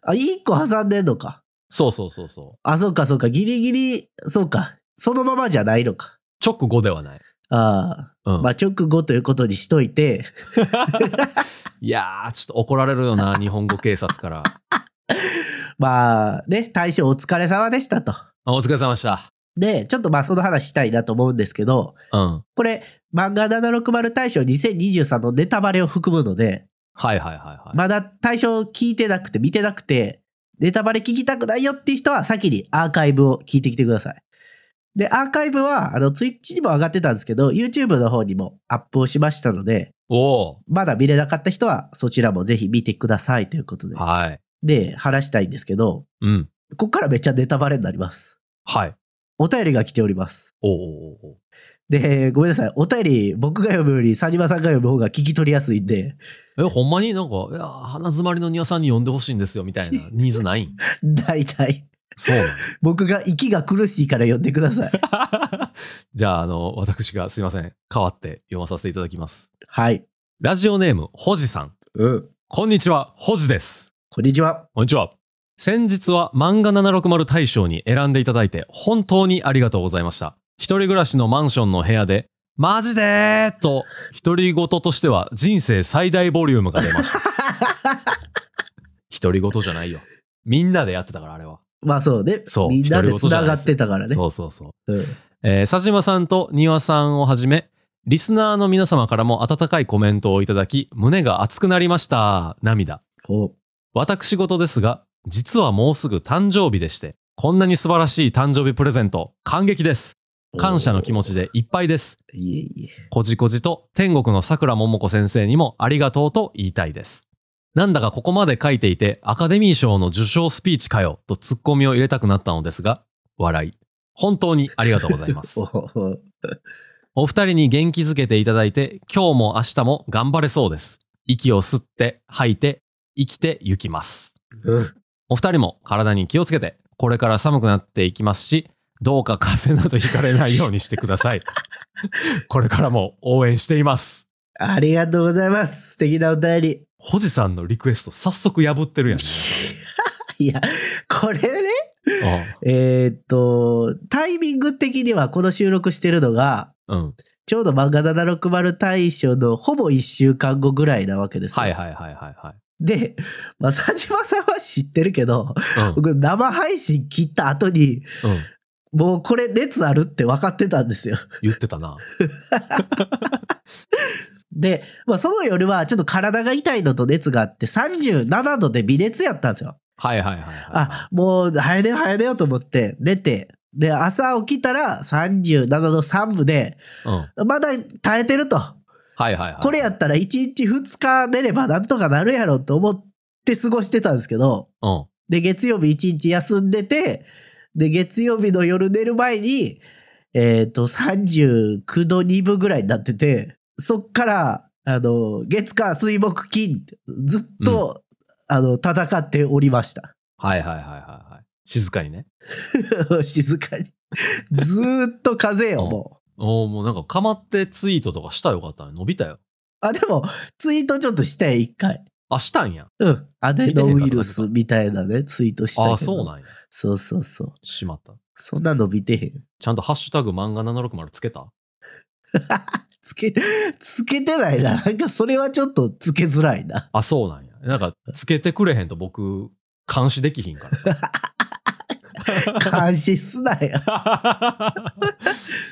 Speaker 1: あ、1個挟んでんのか。
Speaker 2: そうそうそうそう。
Speaker 1: あ、そうかそうか、ギリギリ、そうか、そのままじゃないのか。
Speaker 2: 直後ではない。
Speaker 1: あ
Speaker 2: う
Speaker 1: あ、
Speaker 2: ん。
Speaker 1: まあ直後ということにしといて、
Speaker 2: いやー、ちょっと怒られるよ な、日本語警察から。
Speaker 1: まあね、大賞お疲れ様でしたと。
Speaker 2: あお疲れ様でした。
Speaker 1: で、ちょっとまあその話したいなと思うんですけど、
Speaker 2: うん。
Speaker 1: これ、漫画760大賞2023のネタバレを含むので、
Speaker 2: はいはいはいはい。
Speaker 1: まだ対象聞いてなくて、見てなくて、ネタバレ聞きたくないよっていう人は、先にアーカイブを聞いてきてください。で、アーカイブは、あの、ツイッチにも上がってたんですけど、YouTube の方にもアップをしましたので、
Speaker 2: お
Speaker 1: まだ見れなかった人は、そちらもぜひ見てくださいということで
Speaker 2: お。はい。
Speaker 1: で、話したいんですけど、
Speaker 2: うん。
Speaker 1: ここからめっちゃネタバレになります。
Speaker 2: はい。
Speaker 1: お便りが来ております。
Speaker 2: おうおうおうおう
Speaker 1: で、ごめんなさい。お便り、僕が読むより、佐島さんが読む方が聞き取りやすいんで、
Speaker 2: え、ほんまになんか、いやー、花詰まりの庭さんに呼んでほしいんですよ、みたいなニーズないん
Speaker 1: 大体、
Speaker 2: そうな
Speaker 1: 僕が息が苦しいから読んでください。
Speaker 2: の じゃあ、あの、私がすいません。代わって読まさせていただきます。
Speaker 1: はい。
Speaker 2: ラジオネーム、ほじさん。
Speaker 1: うん。
Speaker 2: こんにちは、ほじです。
Speaker 1: こんにちは。
Speaker 2: こんにちは。先日は漫画760大賞に選んでいただいて本当にありがとうございました。一人暮らしのマンションの部屋で、マジでーと、独り言としては人生最大ボリュームが出ました。独り言じゃないよ。みんなでやってたから、あれは。
Speaker 1: まあそうね。
Speaker 2: そう
Speaker 1: みんなでつながってたからね。
Speaker 2: そうそうそう。
Speaker 1: うん
Speaker 2: えー佐島さんと庭さんをはじめ、リスナーの皆様からも温かいコメントをいただき、胸が熱くなりました。涙。
Speaker 1: こ
Speaker 2: 私事ですが、実はもうすぐ誕生日でして、こんなに素晴らしい誕生日プレゼント、感激です。
Speaker 1: う
Speaker 2: 感謝の気持ちでいっぱいです。
Speaker 1: いえいえ。
Speaker 2: こじこじと天国の桜ももこ先生にもありがとうと言いたいです。なんだかここまで書いていて、アカデミー賞の受賞スピーチかよ、とツッコミを入れたくなったのですが、笑い。本当にありがとうございます
Speaker 1: お。お
Speaker 2: お二人に元気づけていただいて、今日も明日も頑張れそうです。息を吸って、吐いて、生きてゆきます。
Speaker 1: うん
Speaker 2: お二人も体に気をつけて、これから寒くなっていきますし、どうか風邪などひかれないようにしてくださ い。これからも応援しています。
Speaker 1: ありがとうございます。素敵なお便り。
Speaker 2: ほじさんのリクエスト、早速破ってるやん、ね。
Speaker 1: いや、これね、 えーっと、タイミング的にはこの収録してるのが、
Speaker 2: うんうん。
Speaker 1: ちょうど漫画760大賞のほぼ1週間後ぐらいなわけですよ。
Speaker 2: はいはいはいは
Speaker 1: で、まあ、佐島さんは知ってるけど、
Speaker 2: いはい。
Speaker 1: 僕生配信切った後に、
Speaker 2: うん。うん。
Speaker 1: もうこれ熱あるって分かってたんですよ。
Speaker 2: 言ってたな。
Speaker 1: で、まあ、その夜はちょっと体が痛いのと熱があって37度で微熱やったんですよ。
Speaker 2: はいはいはいはい。
Speaker 1: あ、もう早寝よう早寝ようと思って寝て、で、朝起きたら37度3分で、
Speaker 2: うん。はい
Speaker 1: まだ耐えてると。
Speaker 2: はいはい。
Speaker 1: これやったら1日2日寝ればなんとかなるやろと思って過ごしてたんですけど、
Speaker 2: うん。
Speaker 1: で、月曜日1日休んでて、で、月曜日の夜寝る前に、えっ、と、39度2分ぐらいになってて、そっから、あの、月火水木金、ずっと、あの、戦っておりました。
Speaker 2: はいはいはいはいはい。静かにね。
Speaker 1: 静かに。ずーっと風邪よ、
Speaker 2: うん
Speaker 1: もう。
Speaker 2: おおもうなんかかまってツイートとかしたらよかったね。伸びたよ。
Speaker 1: あ、でも、ツイートちょっとしたよ、一回。
Speaker 2: あ、したんや。
Speaker 1: うん。アデノウイルスみたいなね、ツイートしたけど。
Speaker 2: あ、そうなんや。
Speaker 1: そうそうそう。
Speaker 2: しまった。
Speaker 1: そんなの見てへん。
Speaker 2: ちゃんとハッシュタグ漫画760つけた
Speaker 1: つけ、 つけてないな。なんかそれはちょっとつけづらい な。
Speaker 2: あ、そうなんや。なんか、つけてくれへんと僕、監視できひんか らさ。
Speaker 1: 監視すなよ。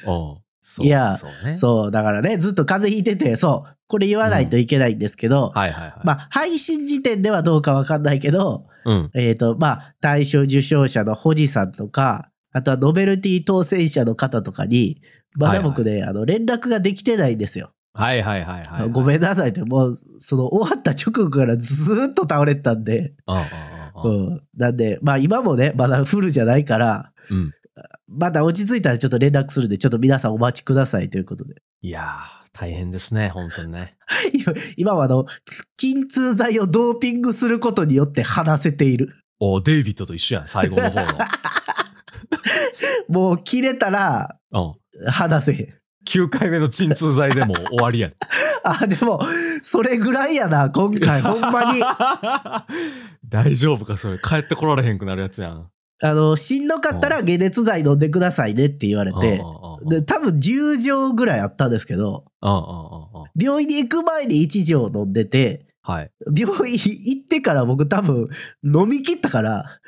Speaker 2: おうそう
Speaker 1: いや
Speaker 2: そうね。
Speaker 1: そう、だからね、ずっと風邪ひいてて、そう、これ言わないといけないんですけど、
Speaker 2: はいはいはい。
Speaker 1: まあ、配信時点ではどうかわかんないけど、
Speaker 2: うん。
Speaker 1: えっ、と、まあ、大賞受賞者のホジさんとか、あとはノベルティ当選者の方とかに、まだ僕ね、あの、連絡ができてないんですよ。
Speaker 2: はいはいはいはい、はい。
Speaker 1: ご
Speaker 2: ん。
Speaker 1: めんなさいって、もう、その、終わった直後からずーっと倒れてたんで、
Speaker 2: うんうん
Speaker 1: う
Speaker 2: うん
Speaker 1: ん。なんで、まあ今もね、まだフルじゃないから、
Speaker 2: うん
Speaker 1: まだ落ち着いたらちょっと連絡するんで、ちょっと皆さんお待ちくださいということで。
Speaker 2: いやー、大変ですね、本当にね。
Speaker 1: 今今はあの、鎮痛剤をドーピングすることによって話せている。
Speaker 2: おうデイビッドと一緒やん、最後の 方
Speaker 1: もう切れたら
Speaker 2: の。うん。
Speaker 1: 話せへん。
Speaker 2: 9回目の鎮痛剤でもう終わりやん。
Speaker 1: あ、でも、それぐらいやな、今回。 ほんまに。あ
Speaker 2: に。 大丈夫か、それ。帰ってこられへんくなるやつやん。
Speaker 1: の、しんどかったら解熱剤飲んでくださいねって言われ
Speaker 2: う
Speaker 1: て
Speaker 2: んう。んうんうん
Speaker 1: で、多分10錠ぐらいあったんですけど、
Speaker 2: うんうんうんうん
Speaker 1: 病院に行く前に1錠飲んでて、
Speaker 2: はい。
Speaker 1: 病院行ってから僕多分飲み切ったから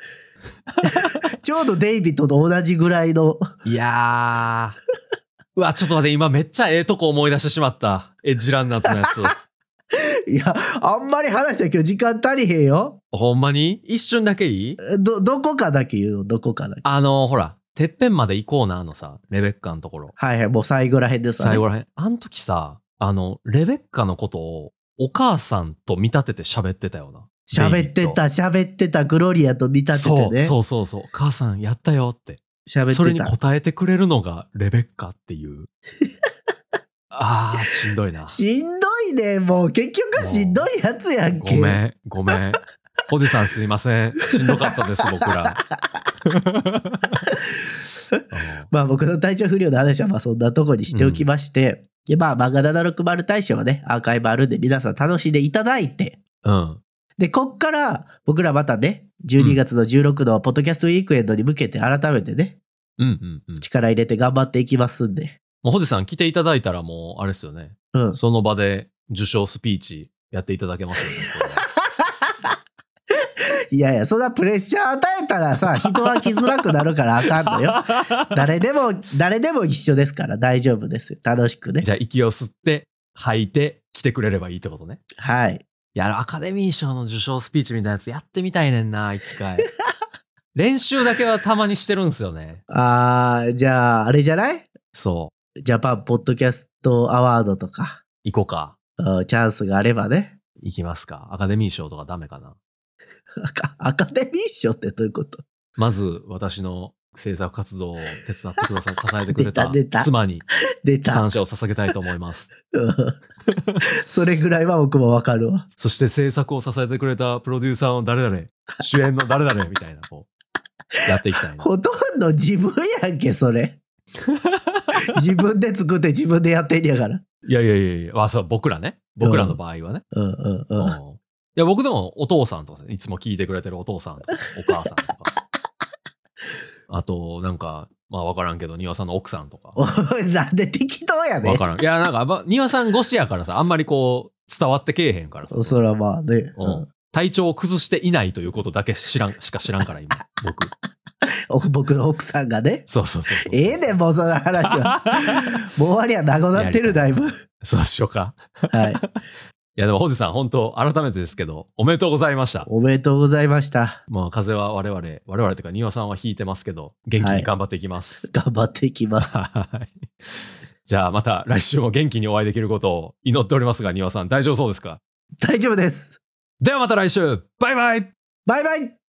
Speaker 1: ちょうどデイビッドと同じぐらいの
Speaker 2: いやー。うわ、ちょっと待って、今めっちゃええとこ思い出してしまった。エッジランナーズのや つ。
Speaker 1: いやあんまり話したけど時間足りへんよ
Speaker 2: ほんまに一瞬だけいい
Speaker 1: どどこかだけ言うのどこかだけ
Speaker 2: あのほら、てっぺんまで行こうな、あのさ、レベッカのところ。
Speaker 1: はいはいもう最後らへんですわね
Speaker 2: 最後らへん。あの時さ、あの、レベッカのことをお母さんと見立てて喋ってたよな。
Speaker 1: 喋ってた喋ってたグロリアと見立ててね
Speaker 2: そうそうそうそう。母さんやったよって。
Speaker 1: 喋
Speaker 2: それ
Speaker 1: って
Speaker 2: に
Speaker 1: た
Speaker 2: 答えてくれるのがレベッカっ ていう。あー、しんどいな。
Speaker 1: しんどいねもう結局しんどいやつやんけ
Speaker 2: ごめん、ごめん。 おじさんすいません。しんどかったです、僕 ら。うん
Speaker 1: まあ僕の体調不良の話はまあそんなとこにしておきまして、でまあ漫画760大賞はねアーカイブあるんで皆さん楽しんでいただいて
Speaker 2: うん。
Speaker 1: で、こっから僕らまたね、12月の16のポッドキャストウィークエンドに向けて改めてね、
Speaker 2: うんうんうん。
Speaker 1: 力入れて頑張っていきますんで。
Speaker 2: もう、ホジさん来ていただいたらもう、あれですよね。
Speaker 1: うん。
Speaker 2: その場で受賞スピーチやっていただけますよね。こ
Speaker 1: いやいや、そんなプレッシャー与えたら さ、人は来づらくなるからあかんの
Speaker 2: れ
Speaker 1: よ。
Speaker 2: は
Speaker 1: 誰でも、誰でも一緒ですから大丈夫ですよ。楽しくね
Speaker 2: じ。ゃあ、息を吸って、吐いて、来てくれればいいってことね。
Speaker 1: はい。
Speaker 2: いや、あのアカデミー賞の受賞スピーチみたいなやつやってみたいねんな、一回。 練習だけはたまにしてるんですよね。
Speaker 1: あー、じゃあ、あれじゃない
Speaker 2: そう。
Speaker 1: ジャパンポッドキャストアワードとか、
Speaker 2: 行こうか。
Speaker 1: うんチャンスがあればね。
Speaker 2: 行きますか。アカデミー賞とかダメかな。
Speaker 1: アカアカデミー賞ってどういうこと
Speaker 2: まず、私の制作活動を手伝ってください、支えてく れ
Speaker 1: 出
Speaker 2: た
Speaker 1: た出た
Speaker 2: 妻に
Speaker 1: 出た。
Speaker 2: 感謝を捧げたいと思います。
Speaker 1: うん それぐらいは僕もわかるわ。
Speaker 2: そして制作を支えてくれたプロデューサーの 誰々、主演の誰々みたいな、こう、やっていきたいな。
Speaker 1: ほとんど自分やんけ、そ れ。自分で作って自分でやってんやから。
Speaker 2: いやいやいやいや、まあそう、僕らね。僕らの場合はね。
Speaker 1: うんうん
Speaker 2: う
Speaker 1: うんん。
Speaker 2: い や、僕でもお父さんとかさいつも聞いてくれてるお父さんとかさお母さんとか。あと、なんか、まあわからんけど、庭さんの奥さんとか。
Speaker 1: おい なんで適当やね
Speaker 2: わ
Speaker 1: ん
Speaker 2: からん。いや、なんか、ば庭さん越しやからさ、あんまりこう、伝わってけえへんからさ。
Speaker 1: そらまあね、
Speaker 2: うん
Speaker 1: うん
Speaker 2: 体調を崩していないということだけ知らん、しか知らんから、今、 僕。
Speaker 1: お僕の奥さんがね。
Speaker 2: そうそうそうそう。
Speaker 1: ええねん、もうその話は。 もう終わりはなくなってる、だいぶ。
Speaker 2: そうしようか。
Speaker 1: はい。
Speaker 2: いや、でも、ホジさん、本当改めてですけど、おめでとうございました。
Speaker 1: おめでとうございました。
Speaker 2: まあ、風邪は我々、我々というか、庭さんは引いてますけど、元気に頑張っていきます。
Speaker 1: 頑張っていきます。
Speaker 2: はい。じゃあ、また来週も元気にお会いできることを祈っておりますが、庭さん、大丈夫そうですか
Speaker 1: 大丈夫です。
Speaker 2: ではまた来週バイバイ
Speaker 1: バイバイ